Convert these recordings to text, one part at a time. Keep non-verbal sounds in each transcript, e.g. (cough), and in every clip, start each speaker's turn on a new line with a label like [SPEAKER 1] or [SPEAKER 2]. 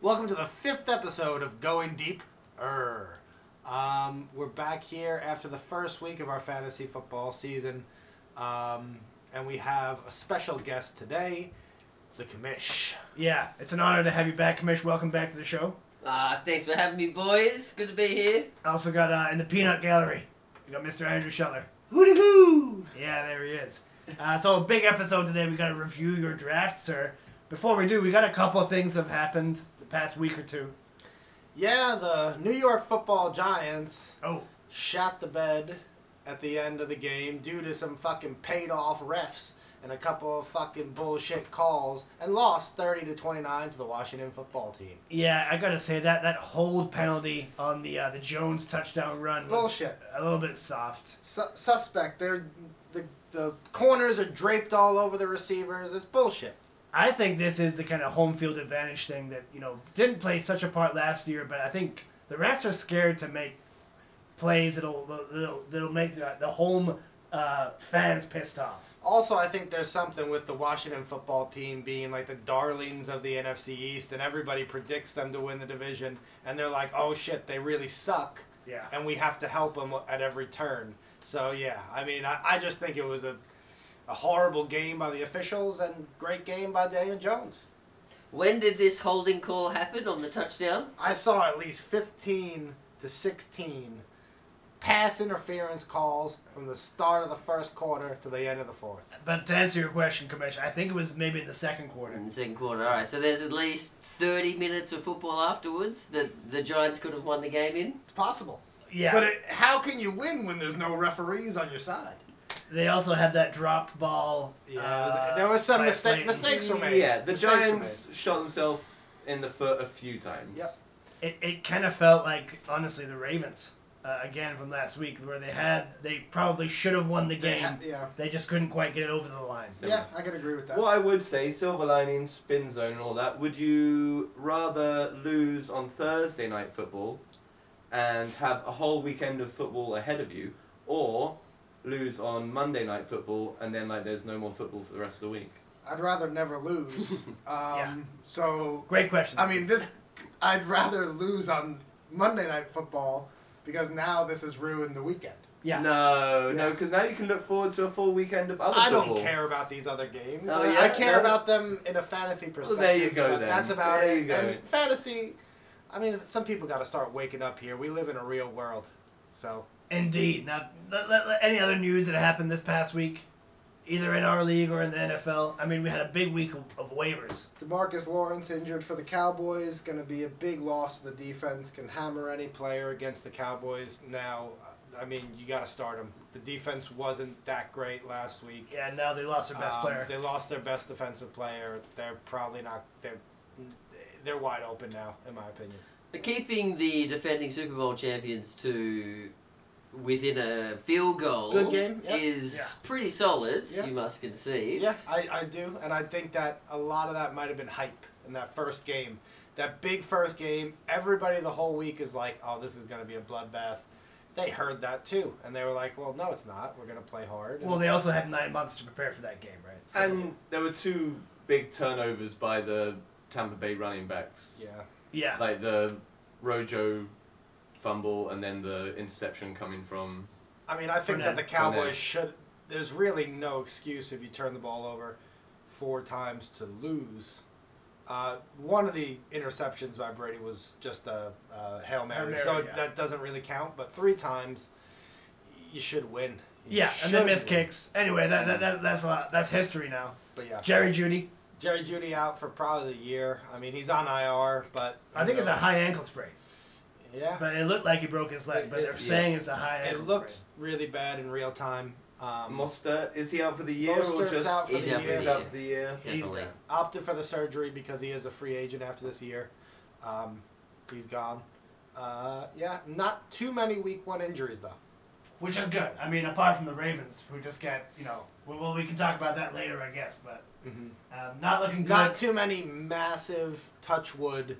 [SPEAKER 1] welcome to the fifth episode of Going Deep. Er, um, we're back here after the first week of our fantasy football season, um, and we have a special guest today, the commish.
[SPEAKER 2] Yeah, it's an honor to have you back, Commish. Welcome back to the show.
[SPEAKER 3] Ah, thanks for having me, boys. Good to be here.
[SPEAKER 2] I also got uh, in the peanut gallery. We got Mr. Andrew Scheller.
[SPEAKER 3] Hooty hoo!
[SPEAKER 2] Yeah, there he is. Uh, so a big episode today. We got to review your draft, sir. Before we do, we got a couple of things that have happened the past week or two.
[SPEAKER 1] Yeah, the New York Football Giants
[SPEAKER 2] Oh,
[SPEAKER 1] shot the bed at the end of the game due to some fucking paid off refs and a couple of fucking bullshit calls, and lost thirty to twenty nine to the Washington Football Team.
[SPEAKER 2] yeah, I gotta say that that hold penalty on the uh, the Jones touchdown run was
[SPEAKER 1] Bullshit.
[SPEAKER 2] a little bit soft.
[SPEAKER 1] Su- suspect. They're the the corners are draped all over the receivers. It's bullshit.
[SPEAKER 2] I think this is the kind of home field advantage thing that you know didn't play such a part last year, but I think the refs are scared to make plays that'll that'll, that'll make the, the home uh, fans pissed off.
[SPEAKER 1] Also, I think there's something with the Washington football team being like the darlings of the NFC East, and everybody predicts them to win the division, and they're like, "Oh shit, they really suck,"
[SPEAKER 2] Yeah,
[SPEAKER 1] and we have to help them at every turn. So yeah, I mean, I, I just think it was a a horrible game by the officials and great game by Daniel Jones.
[SPEAKER 3] When did this holding call happen on the touchdown?
[SPEAKER 1] I saw at least 15 to 16 pass interference calls from the start of the first quarter to the end of the fourth.
[SPEAKER 2] but to answer your question, Commissioner, I think it was maybe in the second quarter.
[SPEAKER 3] In the second quarter, alright. So there's at least 30 minutes of football afterwards that the Giants could have won the game in.
[SPEAKER 1] It's possible.
[SPEAKER 2] Yeah,
[SPEAKER 1] But it, how can you win when there's no referees on your side?
[SPEAKER 2] they also had that dropped ball.
[SPEAKER 1] Yeah,
[SPEAKER 2] uh,
[SPEAKER 1] there was some
[SPEAKER 2] by
[SPEAKER 1] mistake,
[SPEAKER 2] Slayton.
[SPEAKER 1] mistakes were made.
[SPEAKER 4] Yeah, the
[SPEAKER 1] Mistakes were
[SPEAKER 4] Giants shot themselves in the foot a few times.
[SPEAKER 1] Yep.
[SPEAKER 2] It, it kind of felt like honestly the Ravens uh, again from last week, where they had they probably should have won the
[SPEAKER 1] made. They
[SPEAKER 2] game.
[SPEAKER 1] ha- yeah,
[SPEAKER 2] They just couldn't quite get it over the line.
[SPEAKER 1] yeah, I can agree with that.
[SPEAKER 4] What I would say, silver lining, spin zone, and all that. Would you rather lose on Thursday night football and have a whole weekend of football ahead of you, or lose on Monday night football and then like there's no more football for the rest of the week?
[SPEAKER 1] I'd rather never lose. Um, So
[SPEAKER 2] Great question.
[SPEAKER 1] I mean, this. I'd rather lose on Monday Night Football because now this has ruined the weekend.
[SPEAKER 2] yeah,
[SPEAKER 4] No,
[SPEAKER 1] Yeah.
[SPEAKER 4] no, because now you can look forward to a full weekend of other
[SPEAKER 1] I
[SPEAKER 4] football.
[SPEAKER 1] don't care about these other games.
[SPEAKER 4] Oh,
[SPEAKER 1] I
[SPEAKER 4] yeah?
[SPEAKER 1] care
[SPEAKER 4] No.
[SPEAKER 1] about them in a fantasy perspective.
[SPEAKER 4] there you go
[SPEAKER 1] but
[SPEAKER 4] then.
[SPEAKER 1] That's about
[SPEAKER 4] There
[SPEAKER 1] it.
[SPEAKER 4] you go.
[SPEAKER 1] And fantasy, I mean, some people got to start waking up here. We live in a real world, so
[SPEAKER 2] indeed. Now, let, let- let- any other news that happened this past week, either in our league or in the NFL? I mean, we had a big week of, of waivers.
[SPEAKER 1] Demarcus Lawrence injured for the Cowboys. Going to be a big loss to the defense. Can hammer any player against the Cowboys now. I mean, you got to start him. The defense wasn't that great last week.
[SPEAKER 2] Yeah, now they lost their best
[SPEAKER 1] Um,
[SPEAKER 2] player.
[SPEAKER 1] They lost their best defensive player. They're probably not. They're they're wide open now, in my opinion.
[SPEAKER 3] But keeping the defending Super Bowl champions to within a field goal
[SPEAKER 1] Good game, yeah.
[SPEAKER 3] is
[SPEAKER 2] Yeah.
[SPEAKER 3] pretty solid,
[SPEAKER 1] Yeah.
[SPEAKER 3] you must concede.
[SPEAKER 1] Yeah, I, I do, and I think that a lot of that might have been hype in that first game. That big first game, everybody the whole week is like, oh, this is going to be a bloodbath. They heard that too, and they were like, well, no, it's not. We're going to play hard. And
[SPEAKER 2] Well, they also had nine months to prepare for that game, right? So,
[SPEAKER 4] And there were two big turnovers by the Tampa Bay running backs.
[SPEAKER 1] yeah.
[SPEAKER 2] yeah,
[SPEAKER 4] like the Rojo fumble and then the interception coming from.
[SPEAKER 1] I mean, I think that
[SPEAKER 2] Fournette.
[SPEAKER 1] the Cowboys
[SPEAKER 4] Fournette.
[SPEAKER 1] should. There's really no excuse if you turn the ball over four times to lose. Uh, one of the interceptions by Brady was just a, uh hail mary,
[SPEAKER 2] Mary,
[SPEAKER 1] so
[SPEAKER 2] yeah.
[SPEAKER 1] that doesn't really count. But three times, you should win. You
[SPEAKER 2] yeah, and they
[SPEAKER 1] should
[SPEAKER 2] missed
[SPEAKER 1] win.
[SPEAKER 2] kicks. Anyway, that, that, that that's a lot, that's history now.
[SPEAKER 1] But yeah,
[SPEAKER 2] Jerry Judy,
[SPEAKER 1] Jerry Judy out for probably the year. I mean, he's on IR, but
[SPEAKER 2] I think it's a
[SPEAKER 1] knows?
[SPEAKER 2] high ankle sprain,
[SPEAKER 1] Yeah,
[SPEAKER 2] (laughs) but it looked like he broke his leg. But
[SPEAKER 1] It-
[SPEAKER 2] they're
[SPEAKER 1] yeah.
[SPEAKER 2] saying it's a high ankle
[SPEAKER 1] it looked really bad in real time. Um,
[SPEAKER 4] Mostert, is he out for the year or
[SPEAKER 1] Mostert's
[SPEAKER 4] just
[SPEAKER 1] out for
[SPEAKER 3] He's the out for year. the
[SPEAKER 4] He's out for the year?
[SPEAKER 2] sprain. He's
[SPEAKER 3] Definitely.
[SPEAKER 2] down.
[SPEAKER 1] opted for the surgery because he is a free agent after this year. Um, he's gone. Uh, yeah, not too many week one injuries though.
[SPEAKER 2] which is good. I mean, apart from the Ravens, who just got you know, well, well we can talk about that later, I guess. But
[SPEAKER 4] Mm-hmm.
[SPEAKER 2] um, not looking good.
[SPEAKER 1] Not too many massive touchwood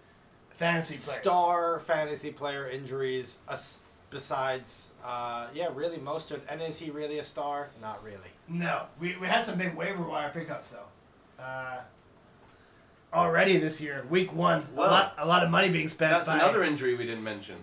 [SPEAKER 2] fantasy players.
[SPEAKER 1] star fantasy player injuries. As- besides, uh, yeah, really most of. And is he really a star? Not really.
[SPEAKER 2] No, we, we had some big waiver wire pickups though. Uh, already this year, week one.
[SPEAKER 4] Well,
[SPEAKER 2] a lot, a lot of money being spent.
[SPEAKER 4] That's
[SPEAKER 2] by,
[SPEAKER 4] another injury we didn't mention.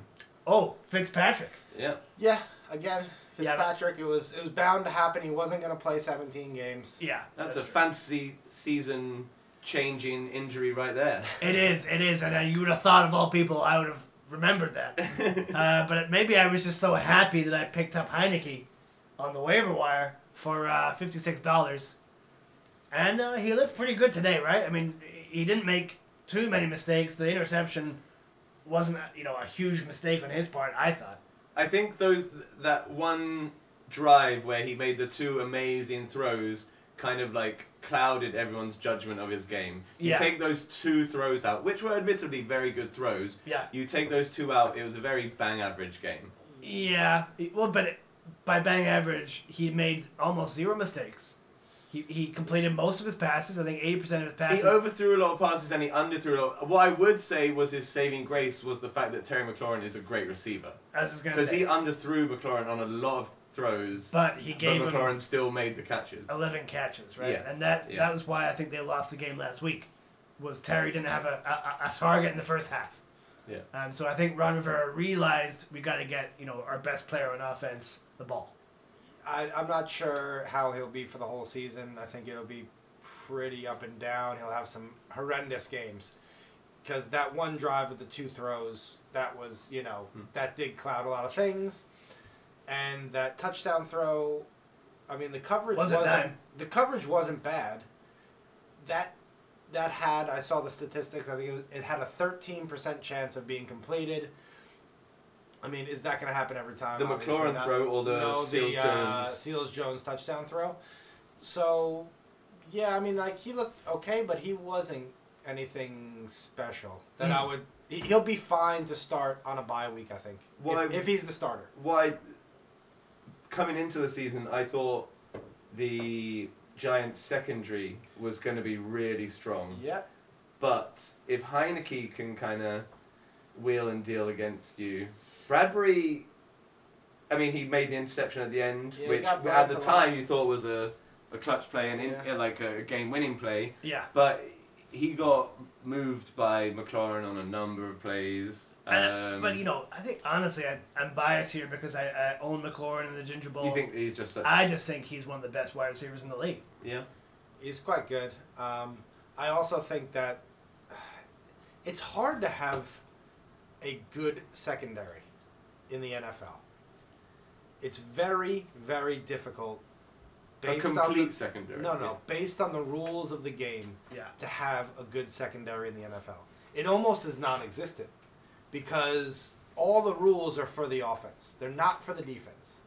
[SPEAKER 2] Oh, Fitzpatrick.
[SPEAKER 4] Yeah.
[SPEAKER 1] Yeah, again,
[SPEAKER 2] Yeah, but-
[SPEAKER 1] Fitzpatrick. it was it was bound to happen. He wasn't going to play 17 games.
[SPEAKER 2] Yeah,
[SPEAKER 4] That's, a
[SPEAKER 2] true.
[SPEAKER 4] fantasy season changing injury right (laughs) there.
[SPEAKER 2] It is. It is, and uh, you would have thought of all people, I would have remembered that. uh, but maybe I was just so happy that I picked up Heineke on the waiver wire for uh, fifty-six dollars, and uh, he looked pretty good today, right? I mean, he didn't make too many mistakes. The interception wasn't, you know, a huge mistake on his part. I thought.
[SPEAKER 4] I think those that one drive where he made the two amazing throws kind of like clouded everyone's judgment of his game. You
[SPEAKER 2] Yeah.
[SPEAKER 4] take those two throws out, which were admittedly very good throws.
[SPEAKER 2] Yeah.
[SPEAKER 4] You take those two out, it was a very bang average game.
[SPEAKER 2] Yeah. Well, but it, by bang average, he made almost zero mistakes. He, he completed most of his passes. I think eighty percent of his passes.
[SPEAKER 4] He overthrew a lot of passes and he underthrew a lot. What I would say was his saving grace was the fact that Terry McLaurin is a great receiver
[SPEAKER 2] I was just gonna
[SPEAKER 4] because
[SPEAKER 2] say.
[SPEAKER 4] he underthrew McLaurin on a lot of throws.
[SPEAKER 2] But he gave him
[SPEAKER 4] but McLaurin still made the catches.
[SPEAKER 2] 11 catches, right?
[SPEAKER 4] Yeah.
[SPEAKER 2] And that's,
[SPEAKER 4] Yeah.
[SPEAKER 2] that was why I think they lost the game last week, was Terry didn't have a, a, a- a target in the first half.
[SPEAKER 4] Yeah.
[SPEAKER 2] Um, so I think Ron Rivera realized we got to get, you know, our best player on offense the ball.
[SPEAKER 1] I, I'm not sure how he'll be for the whole season. I think it'll be pretty up and down. He'll have some horrendous games because that one drive with the two throws that was you know that did cloud a lot of things, and that touchdown throw. I mean the coverage
[SPEAKER 2] Wasn't
[SPEAKER 1] wasn't
[SPEAKER 2] nine.
[SPEAKER 1] the coverage wasn't bad. That that had I saw the statistics. I think it, was, it had a 13% chance of being completed. I mean, is that going to happen every time?
[SPEAKER 4] The
[SPEAKER 1] Obviously
[SPEAKER 4] McLaurin
[SPEAKER 1] not.
[SPEAKER 4] throw or the
[SPEAKER 1] no,
[SPEAKER 4] Seals
[SPEAKER 1] the, uh,
[SPEAKER 4] Jones?
[SPEAKER 1] Seals Jones touchdown throw. So, yeah, I mean, like he looked okay, but he wasn't anything special
[SPEAKER 4] Hmm.
[SPEAKER 1] that I would. he- He'll be fine to start on a bye week, I think.
[SPEAKER 4] Why-
[SPEAKER 1] If, if he's the starter,
[SPEAKER 4] why coming into the season I thought the Giants secondary was going to be really strong.
[SPEAKER 1] yeah.
[SPEAKER 4] But if Heineke can kind of wheel and deal against you, Bradbury I mean he made the interception at the end
[SPEAKER 1] Yeah, he
[SPEAKER 4] which
[SPEAKER 1] got
[SPEAKER 4] at
[SPEAKER 1] burnt
[SPEAKER 4] the
[SPEAKER 1] a
[SPEAKER 4] time you thought was a, a clutch play and in, uh,
[SPEAKER 1] Yeah.
[SPEAKER 4] like a game winning play,
[SPEAKER 2] Yeah.
[SPEAKER 4] but he got moved by McLaurin on a number of plays.
[SPEAKER 2] And, uh,
[SPEAKER 4] Um,
[SPEAKER 2] but, you know, I think, honestly, I, I'm biased here because I, I own McLaurin and the Ginger Bowl.
[SPEAKER 4] you think he's just such
[SPEAKER 2] I just think he's one of the best wide receivers in the league.
[SPEAKER 4] yeah.
[SPEAKER 1] He's quite good. Um, I also think that it's hard to have a good secondary in the NFL. It's very, very difficult.
[SPEAKER 4] A
[SPEAKER 1] on
[SPEAKER 4] complete
[SPEAKER 1] the,
[SPEAKER 4] secondary.
[SPEAKER 1] no, no, based on the rules of the game,
[SPEAKER 2] Yeah.
[SPEAKER 1] to have a good secondary in the NFL. It almost is non-existent because all the rules are for the offense. They're not for the defense.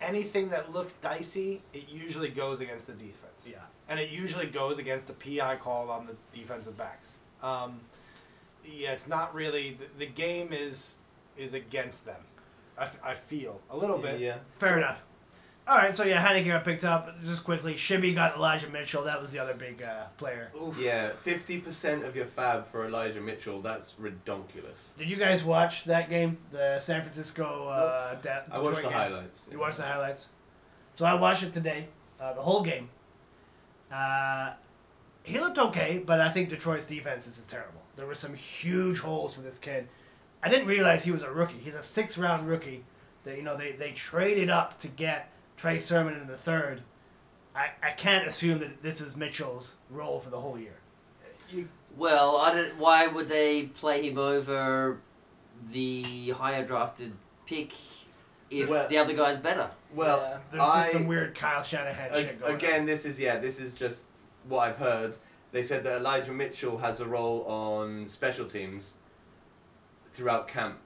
[SPEAKER 1] Anything that looks dicey, it usually goes against the defense
[SPEAKER 2] Yeah.
[SPEAKER 1] and it usually goes against the PI call on the defensive backs. Um, yeah, it's not really the, the game is is against them. I, f- I feel a little bit.
[SPEAKER 4] Yeah.
[SPEAKER 2] Fair enough. All right, so yeah, Heineken got picked up just quickly. Shibby got Elijah Mitchell. That was the other big uh, player.
[SPEAKER 1] Oof.
[SPEAKER 4] Yeah, fifty percent of your fab for Elijah Mitchell. That's redonkulous.
[SPEAKER 2] Did you guys watch that game, the San Francisco? Uh, da-
[SPEAKER 4] I
[SPEAKER 2] Detroit
[SPEAKER 4] watched the
[SPEAKER 2] game?
[SPEAKER 4] highlights.
[SPEAKER 2] You watched the highlights. So I watched it today, uh, the whole game. Uh, he looked okay, but I think Detroit's defense is just terrible. There were some huge holes for this kid. I didn't realize he was a rookie. He's a six-round rookie. That you know they, they traded up to get Trey Sermon in the third. I, I can't assume that this is Mitchell's role for the whole year.
[SPEAKER 1] You-
[SPEAKER 3] Well, I don't, why would they play him over the higher drafted pick if
[SPEAKER 4] Well-
[SPEAKER 3] the other guy's better?
[SPEAKER 4] Well,
[SPEAKER 2] There's
[SPEAKER 4] I-
[SPEAKER 2] just some weird Kyle Shanahan
[SPEAKER 4] a-
[SPEAKER 2] shit going
[SPEAKER 4] again, this is yeah, this is just what I've heard. They said that Elijah Mitchell has a role on special teams throughout camp,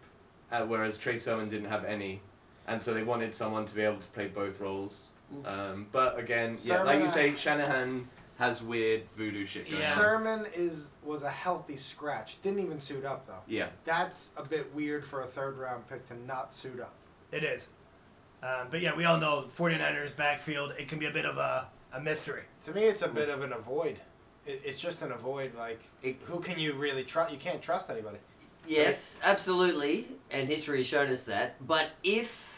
[SPEAKER 4] uh, whereas Trey Sermon didn't have any, and so they wanted someone to be able to play both roles.
[SPEAKER 3] Mm.
[SPEAKER 4] Um, but again, yeah, like you say, Shanahan has weird voodoo shit going
[SPEAKER 2] Yeah.
[SPEAKER 4] on.
[SPEAKER 1] Sermon is was a healthy scratch. Didn't even suit up though.
[SPEAKER 4] Yeah.
[SPEAKER 1] That's a bit weird for a third round pick to not suit up.
[SPEAKER 2] on. It is. Um, but yeah, we all know 49ers backfield, it can be a bit of a, a mystery.
[SPEAKER 1] To me, it's a bit of an avoid. It, it's just an avoid. Like
[SPEAKER 3] It-
[SPEAKER 1] who can you really trust? You can't trust anybody.
[SPEAKER 3] Yes, absolutely, and history has shown us that. But if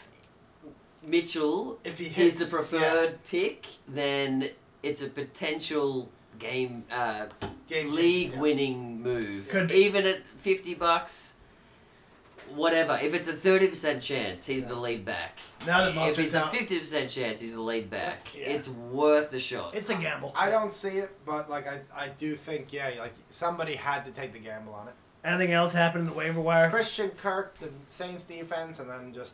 [SPEAKER 3] Mitchell
[SPEAKER 1] If he
[SPEAKER 3] is
[SPEAKER 1] hits
[SPEAKER 3] the preferred pick, then it's a potential game uh,
[SPEAKER 1] Game changer,
[SPEAKER 3] league
[SPEAKER 1] yeah.
[SPEAKER 3] winning move.
[SPEAKER 2] Could be.
[SPEAKER 3] Even at 50 bucks, whatever. If it's a 30% chance, he's
[SPEAKER 2] Yeah.
[SPEAKER 3] the lead back.
[SPEAKER 2] Now that
[SPEAKER 3] If
[SPEAKER 2] Monster's
[SPEAKER 3] it's a
[SPEAKER 2] out,
[SPEAKER 3] 50% chance, he's the lead back.
[SPEAKER 2] Yeah.
[SPEAKER 3] It's worth the shot.
[SPEAKER 2] it's a gamble.
[SPEAKER 1] I don't see it, but like I, I do think yeah, like somebody had to take the gamble on it.
[SPEAKER 2] Anything else happened in the waiver wire?
[SPEAKER 1] Christian Kirk, the Saints defense, and then just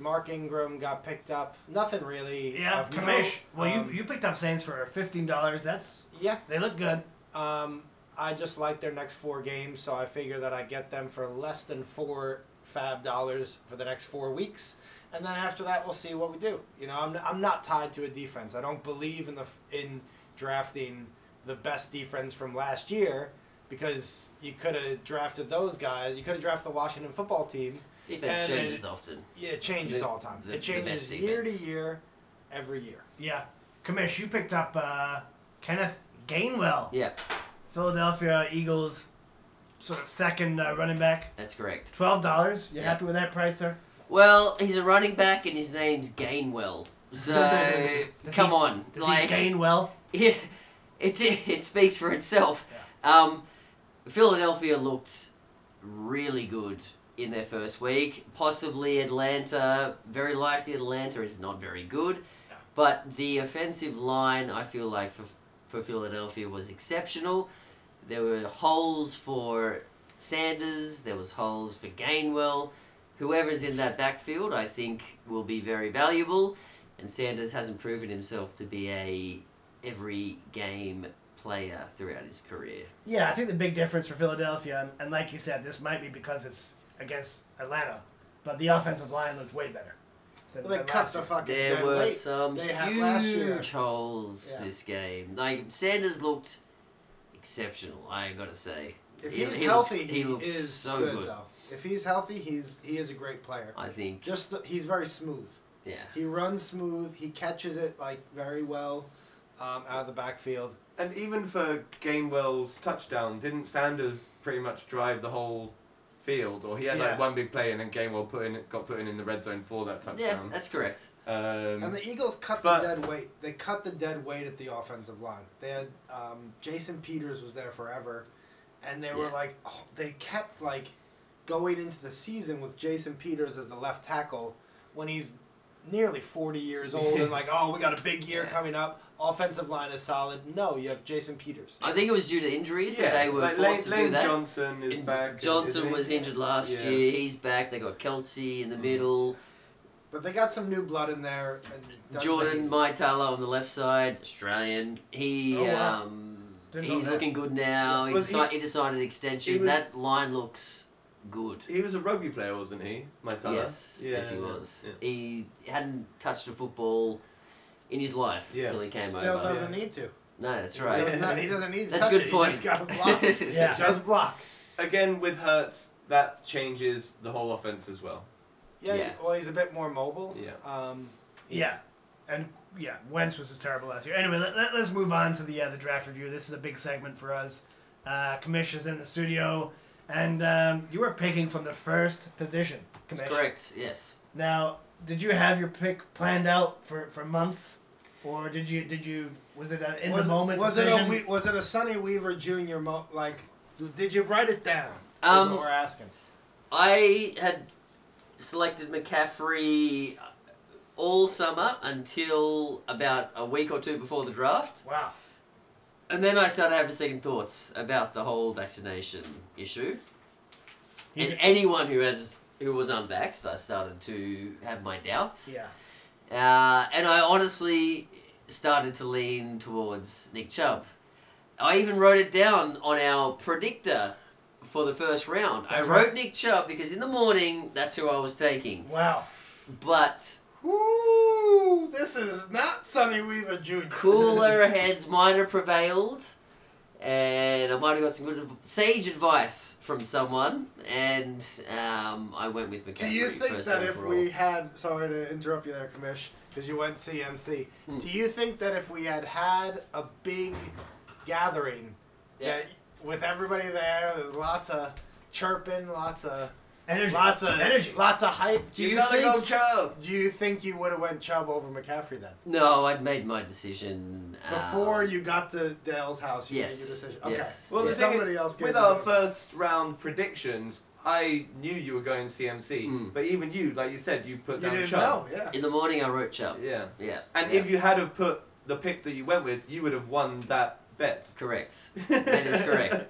[SPEAKER 1] Mark Ingram got picked up. Nothing really.
[SPEAKER 2] Yeah,
[SPEAKER 1] of note.
[SPEAKER 2] Kamesh. Well,
[SPEAKER 1] Um,
[SPEAKER 2] you you picked up Saints for fifteen dollars. That's
[SPEAKER 1] yeah.
[SPEAKER 2] they look good.
[SPEAKER 1] Um, I just like their next four games, so I figure that I get them for less than four fab dollars for the next four weeks, and then after that we'll see what we do. You know, I'm, I'm not tied to a defense. I don't believe in the in drafting the best defense from last year because you could have drafted those guys. You could have drafted the Washington football team.
[SPEAKER 3] If
[SPEAKER 1] And
[SPEAKER 3] it changes
[SPEAKER 1] it-
[SPEAKER 3] often.
[SPEAKER 1] Yeah, it changes
[SPEAKER 3] The-
[SPEAKER 1] all the time.
[SPEAKER 3] the-
[SPEAKER 1] it
[SPEAKER 3] the best
[SPEAKER 1] changes year to
[SPEAKER 3] defense.
[SPEAKER 1] year, every year.
[SPEAKER 2] Yeah, Kamesh, you picked up uh, Kenneth Gainwell,
[SPEAKER 3] Yeah,
[SPEAKER 2] Philadelphia Eagles, sort of second uh, running back.
[SPEAKER 3] that's correct.
[SPEAKER 2] Twelve dollars. You
[SPEAKER 3] Yeah.
[SPEAKER 2] happy with that price, sir?
[SPEAKER 3] Well, he's a running back and his name's
[SPEAKER 2] (laughs)
[SPEAKER 3] Gainwell. So,
[SPEAKER 2] Does
[SPEAKER 3] come
[SPEAKER 2] he-
[SPEAKER 3] on.
[SPEAKER 2] Does
[SPEAKER 3] like,
[SPEAKER 2] he gain well?
[SPEAKER 3] (laughs) it, it, it speaks for itself. Um, Philadelphia looked really good in their first week. Possibly Atlanta, very likely Atlanta is not very good.
[SPEAKER 2] Yeah.
[SPEAKER 3] But the offensive line, I feel like, for, for Philadelphia was exceptional. There were holes for Sanders, there was holes for Gainwell. Whoever's in that backfield, I think, will be very valuable. And Sanders hasn't proven himself to be a every game player throughout his career.
[SPEAKER 2] Yeah, I think the big difference for Philadelphia, and, and like you said, this might be because it's against Atlanta, but the offensive line looked way better. than-
[SPEAKER 1] They
[SPEAKER 2] than
[SPEAKER 1] cut
[SPEAKER 2] last
[SPEAKER 1] the
[SPEAKER 2] year.
[SPEAKER 1] fucking
[SPEAKER 3] There
[SPEAKER 1] dead
[SPEAKER 3] were
[SPEAKER 1] weight.
[SPEAKER 3] some
[SPEAKER 1] they had last year.
[SPEAKER 3] huge holes
[SPEAKER 1] Yeah.
[SPEAKER 3] this game. Like Sanders looked exceptional. I gotta say,
[SPEAKER 1] If
[SPEAKER 3] He-
[SPEAKER 1] he's
[SPEAKER 3] he looks-
[SPEAKER 1] healthy,
[SPEAKER 3] he looks
[SPEAKER 1] is
[SPEAKER 3] so
[SPEAKER 1] good,
[SPEAKER 3] good.
[SPEAKER 1] though. If he's healthy, he's he is a great player.
[SPEAKER 3] I think
[SPEAKER 1] Just the, he's very smooth.
[SPEAKER 3] yeah,
[SPEAKER 1] He runs smooth. He catches it like very well um, out of the backfield.
[SPEAKER 4] And even for Gainwell's touchdown, didn't Sanders pretty much drive the whole field? Or he had
[SPEAKER 2] Yeah.
[SPEAKER 4] like one big play and then Gainwell put in, got put in in the red zone for that
[SPEAKER 3] yeah,
[SPEAKER 4] touchdown.
[SPEAKER 3] that's correct.
[SPEAKER 1] And
[SPEAKER 4] um,
[SPEAKER 1] the Eagles cut
[SPEAKER 4] But-
[SPEAKER 1] the dead weight. They cut the dead weight at the offensive line. They had um, Jason Peters was there forever, and they were
[SPEAKER 3] Yeah.
[SPEAKER 1] like oh, they kept like going into the season with Jason Peters as the left tackle when he's nearly 40 years old and like oh we got a big year
[SPEAKER 3] Yeah.
[SPEAKER 1] coming up. Offensive line is solid. No, you have Jason Peters.
[SPEAKER 3] I think it was due to injuries
[SPEAKER 4] yeah,
[SPEAKER 3] that they were
[SPEAKER 4] like
[SPEAKER 3] forced to
[SPEAKER 4] Lane,
[SPEAKER 3] do
[SPEAKER 4] Lane
[SPEAKER 3] that.
[SPEAKER 4] Johnson is
[SPEAKER 3] And
[SPEAKER 4] back.
[SPEAKER 3] Johnson
[SPEAKER 4] isn't he?
[SPEAKER 3] was injured last
[SPEAKER 4] Yeah. Mm.
[SPEAKER 3] year. He's back. They got Kelsey in the middle.
[SPEAKER 1] But they got some new blood in there. And that's
[SPEAKER 3] Jordan
[SPEAKER 1] what
[SPEAKER 3] Maitala on the left side, Australian. He
[SPEAKER 2] Oh, wow.
[SPEAKER 3] um,
[SPEAKER 2] Didn't know
[SPEAKER 3] he's
[SPEAKER 2] that.
[SPEAKER 3] looking good now. He,
[SPEAKER 4] Was he-
[SPEAKER 3] deci- he decided an extension.
[SPEAKER 4] he was-
[SPEAKER 3] that line looks good.
[SPEAKER 4] He was a rugby player, wasn't he? My
[SPEAKER 3] Yes,
[SPEAKER 4] yeah,
[SPEAKER 3] yes he
[SPEAKER 4] yeah,
[SPEAKER 3] was.
[SPEAKER 4] yeah.
[SPEAKER 3] He hadn't touched a football in his life
[SPEAKER 4] Yeah.
[SPEAKER 3] until he came
[SPEAKER 1] they, still
[SPEAKER 3] over.
[SPEAKER 1] doesn't need to.
[SPEAKER 3] No, that's
[SPEAKER 1] He
[SPEAKER 3] right.
[SPEAKER 1] does not- he doesn't need to
[SPEAKER 3] That's
[SPEAKER 1] touch
[SPEAKER 3] a good
[SPEAKER 1] it.
[SPEAKER 3] point.
[SPEAKER 1] He just
[SPEAKER 3] (laughs)
[SPEAKER 1] got blocked.
[SPEAKER 2] Yeah.
[SPEAKER 1] Just block.
[SPEAKER 4] Again, with Hertz, that changes the whole offense as well.
[SPEAKER 1] Yeah,
[SPEAKER 3] Yeah.
[SPEAKER 1] well, he's a bit more mobile.
[SPEAKER 4] Yeah.
[SPEAKER 1] Um, he's-
[SPEAKER 2] Yeah, and yeah, Wentz was just terrible last year. Anyway, let, let, us move on to the uh, the draft review. This is a big segment for us. Uh, Commish is in the studio, and um, you were picking from the first position.
[SPEAKER 3] That's
[SPEAKER 2] Commish.
[SPEAKER 3] correct. Yes.
[SPEAKER 2] Now, did you have your pick planned out for, for months, or did you did you was it an in
[SPEAKER 1] was,
[SPEAKER 2] the moment
[SPEAKER 1] was it
[SPEAKER 2] decision?
[SPEAKER 1] a we- was it a Sonny Weaver Jr. Mo- like? Did you write it down? Is
[SPEAKER 3] Um,
[SPEAKER 1] what we're asking.
[SPEAKER 3] I had selected McCaffrey all summer until about a week or two before the draft.
[SPEAKER 2] Wow.
[SPEAKER 3] And then I started having second thoughts about the whole vaccination issue.
[SPEAKER 2] He's-
[SPEAKER 3] As anyone who has who was unvaxxed, I started to have my doubts.
[SPEAKER 2] Yeah.
[SPEAKER 3] Uh, and I honestly started to lean towards Nick Chubb. I even wrote it down on our predictor for the first round. I
[SPEAKER 2] That's
[SPEAKER 3] wrote
[SPEAKER 2] right.
[SPEAKER 3] Nick Chubb because in the morning that's who I was taking.
[SPEAKER 2] Wow.
[SPEAKER 3] But
[SPEAKER 1] Ooh, this is not Sonny Weaver Jr. (laughs)
[SPEAKER 3] cooler heads might have prevailed, and I might have got some good adv- sage advice from someone, and um, I went with
[SPEAKER 1] Do
[SPEAKER 3] McCaffrey.
[SPEAKER 1] you think
[SPEAKER 3] first
[SPEAKER 1] that if
[SPEAKER 3] overall.
[SPEAKER 1] we had sorry to interrupt you there, Kamish, because you went CMC.
[SPEAKER 3] Hmm.
[SPEAKER 1] Do you think that if we had had a big gathering,
[SPEAKER 3] Yeah.
[SPEAKER 1] that with everybody there, there's lots of chirping, lots of
[SPEAKER 2] Energy.
[SPEAKER 1] Lots of
[SPEAKER 2] energy.
[SPEAKER 1] lots of hype. Do
[SPEAKER 4] you,
[SPEAKER 1] you,
[SPEAKER 4] gotta
[SPEAKER 1] think?
[SPEAKER 4] go, Chubb.
[SPEAKER 1] do you think you would have went Chubb over McCaffrey then?
[SPEAKER 3] No, I'd made my decision um,
[SPEAKER 1] Before you got to Dale's house, you
[SPEAKER 3] yes,
[SPEAKER 1] made your decision. Okay.
[SPEAKER 3] yes.
[SPEAKER 4] Well, the
[SPEAKER 3] Yeah.
[SPEAKER 4] thing
[SPEAKER 1] Somebody
[SPEAKER 4] is,
[SPEAKER 1] else gave
[SPEAKER 4] with
[SPEAKER 1] me
[SPEAKER 4] our
[SPEAKER 1] that.
[SPEAKER 4] first round predictions, I knew you were going CMC,
[SPEAKER 1] Hmm.
[SPEAKER 3] Mm.
[SPEAKER 4] but even you, like you said, you put
[SPEAKER 1] You
[SPEAKER 4] down
[SPEAKER 1] didn't
[SPEAKER 4] Chubb.
[SPEAKER 1] know, yeah.
[SPEAKER 3] In the morning, I wrote Chubb.
[SPEAKER 4] Yeah,
[SPEAKER 3] Yeah.
[SPEAKER 4] and
[SPEAKER 3] yeah.
[SPEAKER 4] if you had have put the pick that you went with, you would have won that bet.
[SPEAKER 1] (laughs)
[SPEAKER 3] correct, that is correct.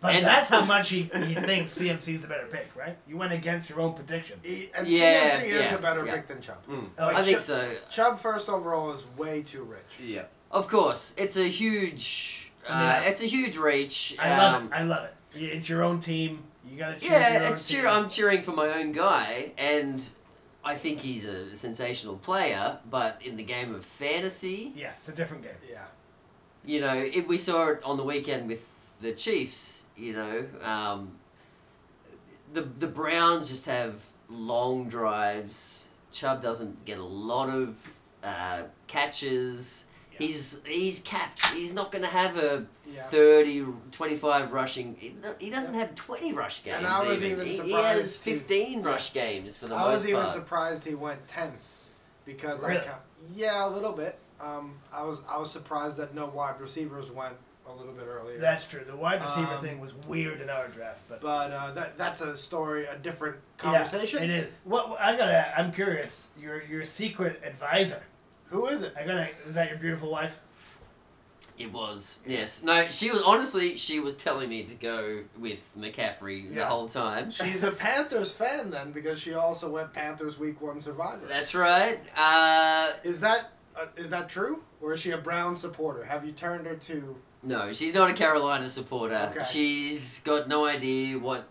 [SPEAKER 2] But
[SPEAKER 3] And-
[SPEAKER 2] that's how much he, he thinks CMC's the better pick, right? You went against your own prediction.
[SPEAKER 1] He, and
[SPEAKER 3] Yeah,
[SPEAKER 1] CMC is
[SPEAKER 3] yeah,
[SPEAKER 1] a better
[SPEAKER 3] yeah.
[SPEAKER 1] pick than Chubb.
[SPEAKER 4] Mm.
[SPEAKER 2] Oh,
[SPEAKER 3] I think
[SPEAKER 1] Chubb-
[SPEAKER 3] so.
[SPEAKER 1] Chubb first overall is way too rich.
[SPEAKER 4] Yeah.
[SPEAKER 3] Of course, it's a huge. Uh,
[SPEAKER 2] I mean,
[SPEAKER 3] it's a huge reach.
[SPEAKER 2] I love
[SPEAKER 3] um,
[SPEAKER 2] it. I love it. Y- It's your own team. You gotta cheer. your
[SPEAKER 3] Yeah,
[SPEAKER 2] own
[SPEAKER 3] it's
[SPEAKER 2] team.
[SPEAKER 3] cheer. I'm cheering for my own guy, and I think he's a sensational player. But in the game of fantasy,
[SPEAKER 2] Yeah, it's a different game.
[SPEAKER 1] Yeah.
[SPEAKER 3] you know, if we saw it on the weekend with the Chiefs, you know, um, the the Browns just have long drives. Chubb doesn't get a lot of uh, catches.
[SPEAKER 2] Yeah.
[SPEAKER 3] He's he's capped. He's not going to have a
[SPEAKER 1] Yeah.
[SPEAKER 3] thirty, twenty-five 30, 25 rushing. he- He doesn't have 20 rush games.
[SPEAKER 1] And I was even
[SPEAKER 3] He- He
[SPEAKER 1] surprised
[SPEAKER 3] has
[SPEAKER 1] he-
[SPEAKER 3] 15 rush games for the
[SPEAKER 1] I
[SPEAKER 3] most
[SPEAKER 1] was even
[SPEAKER 3] part.
[SPEAKER 1] surprised he went tenth because I
[SPEAKER 2] Really?
[SPEAKER 1] count. Yeah, a little bit. Um, I was I was surprised that no wide receivers went a little bit earlier.
[SPEAKER 2] That's true. The wide receiver
[SPEAKER 1] Um,
[SPEAKER 2] thing was weird in our draft, but
[SPEAKER 1] but uh, that that's a story, a different
[SPEAKER 2] Yeah,
[SPEAKER 1] conversation.
[SPEAKER 2] it is. What what- I gotta? I'm curious. Your your secret advisor.
[SPEAKER 1] Who is it?
[SPEAKER 2] I gotta. Is that your beautiful wife?
[SPEAKER 3] It was yes. No, she was honestly she was telling me to go with McCaffrey the
[SPEAKER 2] Yeah.
[SPEAKER 3] whole time.
[SPEAKER 1] She's a Panthers fan then because she also went Panthers Week One survivor.
[SPEAKER 3] That's right. Uh,
[SPEAKER 1] Is that uh, is that true, or is she a Brown supporter? Have you turned her to?
[SPEAKER 3] no, she's not a Carolina supporter.
[SPEAKER 1] Okay.
[SPEAKER 3] She's got no idea what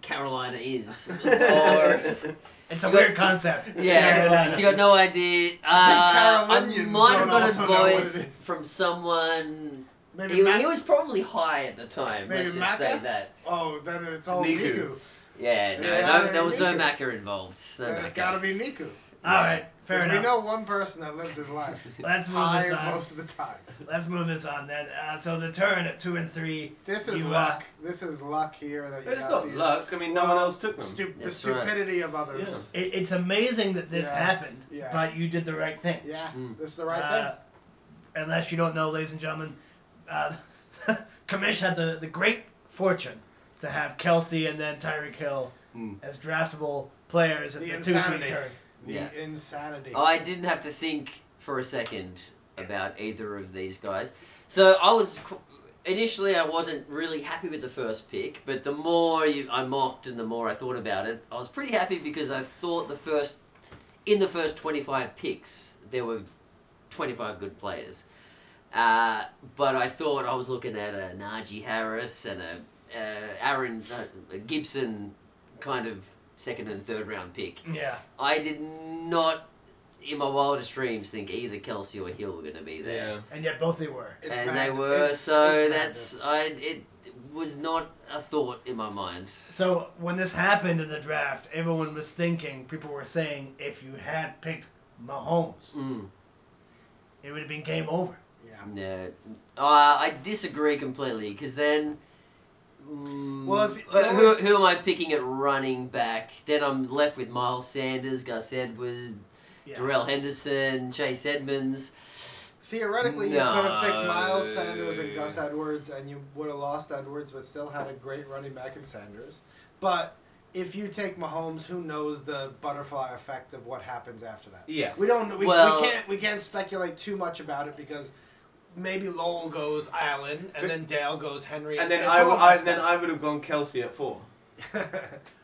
[SPEAKER 3] Carolina
[SPEAKER 1] (laughs)
[SPEAKER 3] is, or
[SPEAKER 2] It's a
[SPEAKER 3] You got-
[SPEAKER 2] weird concept.
[SPEAKER 3] (laughs) yeah, she's got no idea. Uh, I
[SPEAKER 1] Carolinians
[SPEAKER 3] might have
[SPEAKER 1] don't
[SPEAKER 3] got
[SPEAKER 1] also
[SPEAKER 3] a
[SPEAKER 1] know what it
[SPEAKER 3] voice
[SPEAKER 1] is.
[SPEAKER 3] from someone.
[SPEAKER 1] Maybe
[SPEAKER 3] He,
[SPEAKER 1] Mac-
[SPEAKER 3] he was probably high at the time.
[SPEAKER 1] Maybe
[SPEAKER 3] let's just
[SPEAKER 1] Macca?
[SPEAKER 3] say that.
[SPEAKER 1] Oh, then it's all
[SPEAKER 4] Niku.
[SPEAKER 1] Niku.
[SPEAKER 3] Yeah, no,
[SPEAKER 1] Yeah,
[SPEAKER 3] no
[SPEAKER 1] yeah,
[SPEAKER 3] there was no
[SPEAKER 1] Niku.
[SPEAKER 3] Macca involved. No
[SPEAKER 1] Then it's
[SPEAKER 3] Macca.
[SPEAKER 1] got to be Niku.
[SPEAKER 2] All right. Fair
[SPEAKER 1] Because
[SPEAKER 2] enough.
[SPEAKER 1] we know one person that lives his
[SPEAKER 2] (laughs)
[SPEAKER 1] life
[SPEAKER 2] Let's move
[SPEAKER 1] high
[SPEAKER 2] this on.
[SPEAKER 1] most of the time.
[SPEAKER 2] Let's move this on then. Uh, so the turn at two and three.
[SPEAKER 1] This is
[SPEAKER 2] You, uh,
[SPEAKER 1] luck. This is luck here that you
[SPEAKER 4] It's
[SPEAKER 1] have
[SPEAKER 4] not
[SPEAKER 1] these
[SPEAKER 4] luck. I mean, no
[SPEAKER 1] Well,
[SPEAKER 4] one else took them.
[SPEAKER 1] Stu- the
[SPEAKER 3] That's right.
[SPEAKER 1] stupidity of others.
[SPEAKER 2] It, it's amazing that this
[SPEAKER 1] Yeah.
[SPEAKER 2] happened,
[SPEAKER 1] Yeah.
[SPEAKER 2] but you did the right thing.
[SPEAKER 1] Yeah,
[SPEAKER 3] Mm.
[SPEAKER 1] this is the right
[SPEAKER 2] Uh, Unless you don't know, ladies and gentlemen, uh, (laughs) Kamish had the, the great fortune to have Kelsey and then Tyreek Hill
[SPEAKER 3] Mm.
[SPEAKER 2] as draftable players at
[SPEAKER 1] The
[SPEAKER 2] the, two three
[SPEAKER 1] insanity. (laughs)
[SPEAKER 2] turn.
[SPEAKER 1] thing.
[SPEAKER 3] yeah. Oh,
[SPEAKER 1] The insanity.
[SPEAKER 3] I didn't have to think for a second about either of these guys. So I was qu- initially I wasn't really happy with the first pick, but the more you, I mocked and the more I thought about it, I was pretty happy because I thought the first in the first twenty five picks there were twenty five good players. Uh, but I thought I was looking at a Najee Harris and a uh, Aaron uh, Gibson kind of second and third round pick.
[SPEAKER 2] Yeah.
[SPEAKER 3] I did not, in my wildest dreams, think either Kelsey or Hill were going to be there.
[SPEAKER 4] Yeah.
[SPEAKER 2] And yet both they were.
[SPEAKER 1] It's
[SPEAKER 3] and
[SPEAKER 1] madness.
[SPEAKER 3] they were,
[SPEAKER 1] It's-
[SPEAKER 3] so
[SPEAKER 1] it's madness.
[SPEAKER 3] that's I. It was not a thought in my mind.
[SPEAKER 2] So when this happened in the draft, everyone was thinking, people were saying, if you had picked Mahomes,
[SPEAKER 3] Mm,
[SPEAKER 2] it would have been game over.
[SPEAKER 1] Yeah.
[SPEAKER 3] no, uh, I disagree completely because then. Mm,
[SPEAKER 1] Well, if-
[SPEAKER 3] who, who, who am I picking at running back? Then I'm left with Miles Sanders, Gus Edwards,
[SPEAKER 2] Yeah.
[SPEAKER 3] Darrell Henderson, Chase Edmonds.
[SPEAKER 1] Theoretically, you could have picked Miles
[SPEAKER 3] No.
[SPEAKER 1] Sanders and Gus Edwards, and you would have lost Edwards, but still had a great running back in Sanders. But if you take Mahomes, who knows the butterfly effect of what happens after that?
[SPEAKER 4] Yeah.
[SPEAKER 1] We don't. We,
[SPEAKER 3] Well-
[SPEAKER 1] we can't. We can't speculate too much about it because maybe Lowell goes Allen, and then Dale goes Henry,
[SPEAKER 4] And then
[SPEAKER 1] it's
[SPEAKER 4] I,
[SPEAKER 1] all
[SPEAKER 4] w- I,
[SPEAKER 1] messed
[SPEAKER 4] then
[SPEAKER 1] up.
[SPEAKER 4] I would have gone Kelsey at four.
[SPEAKER 1] (laughs)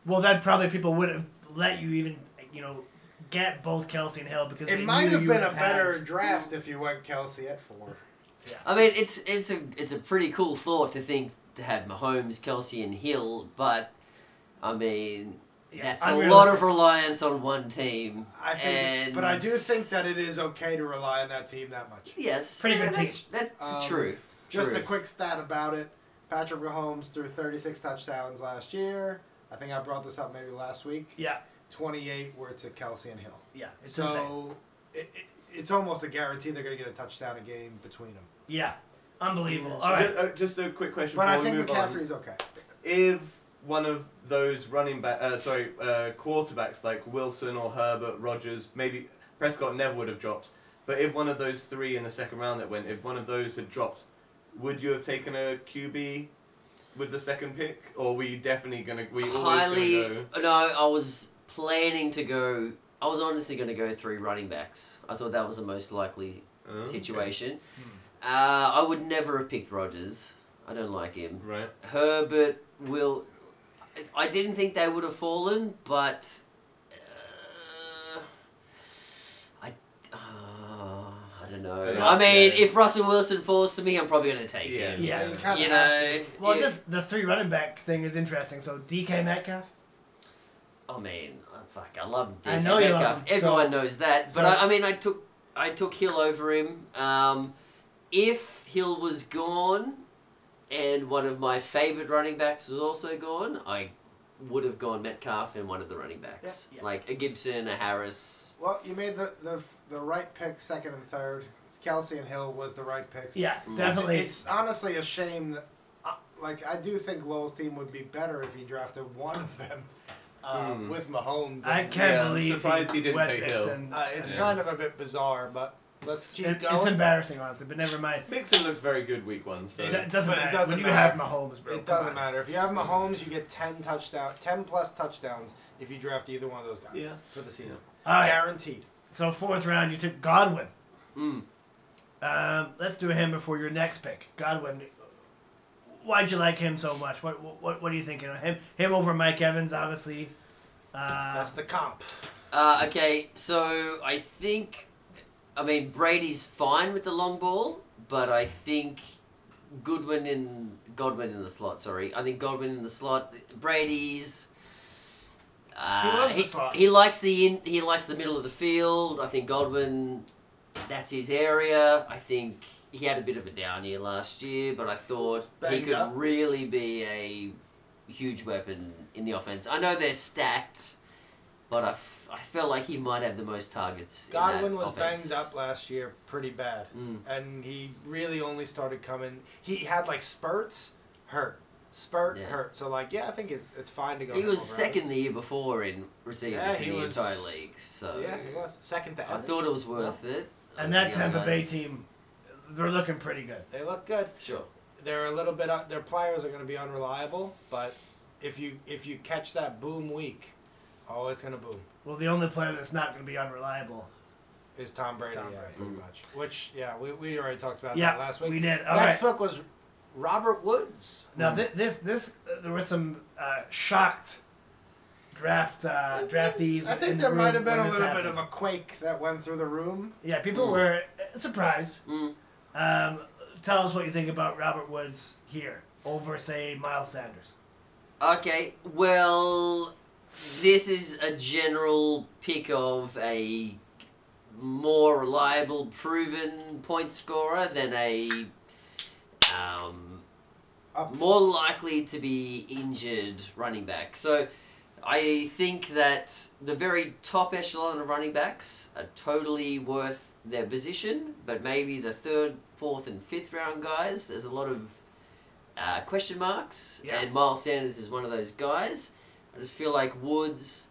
[SPEAKER 2] Well, then probably people would have let you even, you know, get both Kelsey and Hill because they
[SPEAKER 1] it might
[SPEAKER 2] knew
[SPEAKER 1] have
[SPEAKER 2] you
[SPEAKER 1] been
[SPEAKER 2] would
[SPEAKER 1] a better
[SPEAKER 2] had-
[SPEAKER 1] draft if you went Kelsey at four.
[SPEAKER 3] I mean, it's it's a it's a pretty cool thought to think to have Mahomes, Kelsey, and Hill, but I mean
[SPEAKER 2] Yeah,
[SPEAKER 3] that's a lot of
[SPEAKER 2] unrealistic.
[SPEAKER 3] reliance on one team.
[SPEAKER 1] I think,
[SPEAKER 3] and
[SPEAKER 1] but I do think that it is okay to rely on that team that much.
[SPEAKER 3] Yes,
[SPEAKER 2] Pretty
[SPEAKER 3] yeah,
[SPEAKER 2] good
[SPEAKER 3] that's, That's
[SPEAKER 1] Um,
[SPEAKER 3] true.
[SPEAKER 1] Just
[SPEAKER 3] true.
[SPEAKER 1] a quick stat about it: Patrick Mahomes threw 36 touchdowns last year. I think I brought this up maybe last week.
[SPEAKER 2] Yeah,
[SPEAKER 1] 28 were to Kelsey and Hill.
[SPEAKER 2] yeah, it's insane.
[SPEAKER 1] so it, it, it's almost a guarantee they're going to get a touchdown a game between them.
[SPEAKER 2] Yeah, unbelievable.
[SPEAKER 1] Yeah,
[SPEAKER 2] All
[SPEAKER 4] Ju-
[SPEAKER 2] right,
[SPEAKER 4] uh, Just, a quick question
[SPEAKER 1] But I
[SPEAKER 4] before
[SPEAKER 1] think
[SPEAKER 4] we move on.
[SPEAKER 1] McCaffrey's okay.
[SPEAKER 4] If one of those running back, uh, sorry, uh, quarterbacks like Wilson or Herbert, Rogers, maybe Prescott never would have dropped. But if one of those three in the second round that went, if one of those had dropped, would you have taken a QB with the second pick, or were you definitely gonna? Were you always
[SPEAKER 3] Highly,
[SPEAKER 4] gonna go?
[SPEAKER 3] no, I was planning to go. I was honestly going to go three running backs. I thought that was the most likely
[SPEAKER 4] Oh, okay.
[SPEAKER 3] situation.
[SPEAKER 1] Hmm.
[SPEAKER 3] Uh, I would never have picked Rogers. I don't like him.
[SPEAKER 4] Right.
[SPEAKER 3] Herbert will. I didn't think they would have fallen, but uh, I uh, I don't know.
[SPEAKER 4] Dunno,
[SPEAKER 3] I mean,
[SPEAKER 4] yeah.
[SPEAKER 3] if Russell Wilson falls to me, I'm probably going to take
[SPEAKER 4] Yeah.
[SPEAKER 3] him.
[SPEAKER 1] Yeah,
[SPEAKER 2] Yeah.
[SPEAKER 1] you kind of
[SPEAKER 3] You
[SPEAKER 1] have
[SPEAKER 3] know,
[SPEAKER 1] to.
[SPEAKER 2] Well,
[SPEAKER 3] yeah.
[SPEAKER 2] just the three running back thing is interesting. So DK Metcalf,
[SPEAKER 3] I mean, uh, fuck, I love DK
[SPEAKER 2] I know you love
[SPEAKER 3] Metcalf.
[SPEAKER 2] him,
[SPEAKER 3] Everyone
[SPEAKER 2] so-
[SPEAKER 3] knows that.
[SPEAKER 2] so-
[SPEAKER 3] But I, I mean, I took I took Hill over him. Um, if Hill was gone, and one of my favorite running backs was also gone, I would have gone Metcalf and one of the running backs,
[SPEAKER 2] Yeah, yeah.
[SPEAKER 3] like a Gibson, a Harris.
[SPEAKER 1] Well, you made the, the the right pick second and third. Kelsey and Hill was the right picks.
[SPEAKER 2] yeah,
[SPEAKER 3] Mm.
[SPEAKER 1] It's-
[SPEAKER 2] definitely.
[SPEAKER 1] It's, honestly a shame. That, uh, like I do think Lowell's team would be better if he drafted one of them uh,
[SPEAKER 4] Mm.
[SPEAKER 1] with Mahomes.
[SPEAKER 2] Hmm. I
[SPEAKER 1] and-
[SPEAKER 2] can't
[SPEAKER 4] Yeah, I'm
[SPEAKER 2] believe
[SPEAKER 4] surprised
[SPEAKER 2] these
[SPEAKER 4] he didn't
[SPEAKER 2] wet
[SPEAKER 4] take
[SPEAKER 2] picks
[SPEAKER 4] Hill.
[SPEAKER 2] and-
[SPEAKER 1] Uh, it's
[SPEAKER 4] Yeah.
[SPEAKER 1] kind of a bit bizarre, but let's keep
[SPEAKER 2] it-
[SPEAKER 1] going.
[SPEAKER 2] It's embarrassing, honestly, but never mind.
[SPEAKER 4] Mixon looked very good week one. So
[SPEAKER 2] It, doesn't
[SPEAKER 1] but it
[SPEAKER 2] matter.
[SPEAKER 1] doesn't
[SPEAKER 2] when you
[SPEAKER 1] matter.
[SPEAKER 2] have Mahomes, bro.
[SPEAKER 1] It
[SPEAKER 2] come
[SPEAKER 1] doesn't
[SPEAKER 2] on.
[SPEAKER 1] matter. If you have Mahomes, you get 10 touchdown, 10 plus touchdowns if you draft either one of those guys
[SPEAKER 4] Yeah.
[SPEAKER 1] for the season.
[SPEAKER 2] All right.
[SPEAKER 1] Guaranteed.
[SPEAKER 2] So fourth round, you took Godwin.
[SPEAKER 1] Hmm.
[SPEAKER 3] Mm.
[SPEAKER 2] Um, let's do him before your next pick. Godwin. Why'd you like him so much? What what what are you thinking of him? Him over Mike Evans, obviously. Uh,
[SPEAKER 1] That's the comp.
[SPEAKER 3] Uh, okay, so I think, I mean Brady's fine with the long ball, but I think Goodwin in Godwin in the slot. Sorry, I think Godwin in the slot. Brady's. Uh,
[SPEAKER 1] He loves the slot.
[SPEAKER 3] he likes the in, he likes the middle of the field. I think Godwin, that's his area. I think he had a bit of a down year last year, but I thought he
[SPEAKER 1] Banged
[SPEAKER 3] could
[SPEAKER 1] up.
[SPEAKER 3] really be a huge weapon in the offense. I know they're stacked, but I, f- I felt like he might have the most targets. in that
[SPEAKER 1] Godwin was
[SPEAKER 3] offense.
[SPEAKER 1] banged up last year pretty bad.
[SPEAKER 3] Mm.
[SPEAKER 1] And he really only started coming. He had like spurts, hurt. Spurt,
[SPEAKER 3] Yeah.
[SPEAKER 1] hurt. So, like, yeah, I think it's, it's fine to go.
[SPEAKER 3] He
[SPEAKER 1] him
[SPEAKER 3] was
[SPEAKER 1] over
[SPEAKER 3] second
[SPEAKER 1] Evans.
[SPEAKER 3] the year before in receivers
[SPEAKER 1] Yeah,
[SPEAKER 3] in
[SPEAKER 1] he
[SPEAKER 3] the
[SPEAKER 1] was-
[SPEAKER 3] entire league, so
[SPEAKER 1] yeah, he was. Second to
[SPEAKER 3] I
[SPEAKER 1] Evans.
[SPEAKER 3] thought it was
[SPEAKER 1] No,
[SPEAKER 3] worth it.
[SPEAKER 2] and that
[SPEAKER 3] Yeah,
[SPEAKER 2] Tampa Bay
[SPEAKER 3] nice.
[SPEAKER 2] team, they're looking pretty good.
[SPEAKER 1] They look good.
[SPEAKER 3] Sure.
[SPEAKER 1] they're a little bit uh, their players are going to be unreliable, but if you if you catch that boom week, oh, it's going to boom.
[SPEAKER 2] Well, the only player that's not going to be unreliable.
[SPEAKER 1] Is Tom Brady, Mm.
[SPEAKER 2] Tom
[SPEAKER 1] yeah,
[SPEAKER 2] Brady.
[SPEAKER 1] pretty much. Which yeah, we, we already talked about
[SPEAKER 2] yeah,
[SPEAKER 1] that last
[SPEAKER 2] we
[SPEAKER 1] week.
[SPEAKER 2] did. All right.
[SPEAKER 1] Next book was Robert Woods.
[SPEAKER 2] Now this this, this uh, there were some uh, shocked draft uh, draftees.
[SPEAKER 1] I
[SPEAKER 2] in
[SPEAKER 1] think
[SPEAKER 2] the
[SPEAKER 1] there
[SPEAKER 2] room
[SPEAKER 1] might have been
[SPEAKER 2] when
[SPEAKER 1] a
[SPEAKER 2] this
[SPEAKER 1] little
[SPEAKER 2] happened.
[SPEAKER 1] bit of a quake that went through the room.
[SPEAKER 2] Yeah, people
[SPEAKER 3] Mm.
[SPEAKER 2] were uh, surprised.
[SPEAKER 3] Mm.
[SPEAKER 2] Um, tell us what you think about Robert Woods here over, say, Miles Sanders.
[SPEAKER 3] Okay, well, this is a general pick of a more reliable, proven point scorer than a um,
[SPEAKER 1] Up.
[SPEAKER 3] more likely to be injured running back. So I think that the very top echelon of running backs are totally worth their position, but maybe the third, fourth, and fifth round guys, there's a lot of uh, question marks,
[SPEAKER 2] Yeah.
[SPEAKER 3] and Miles Sanders is one of those guys. I just feel like Woods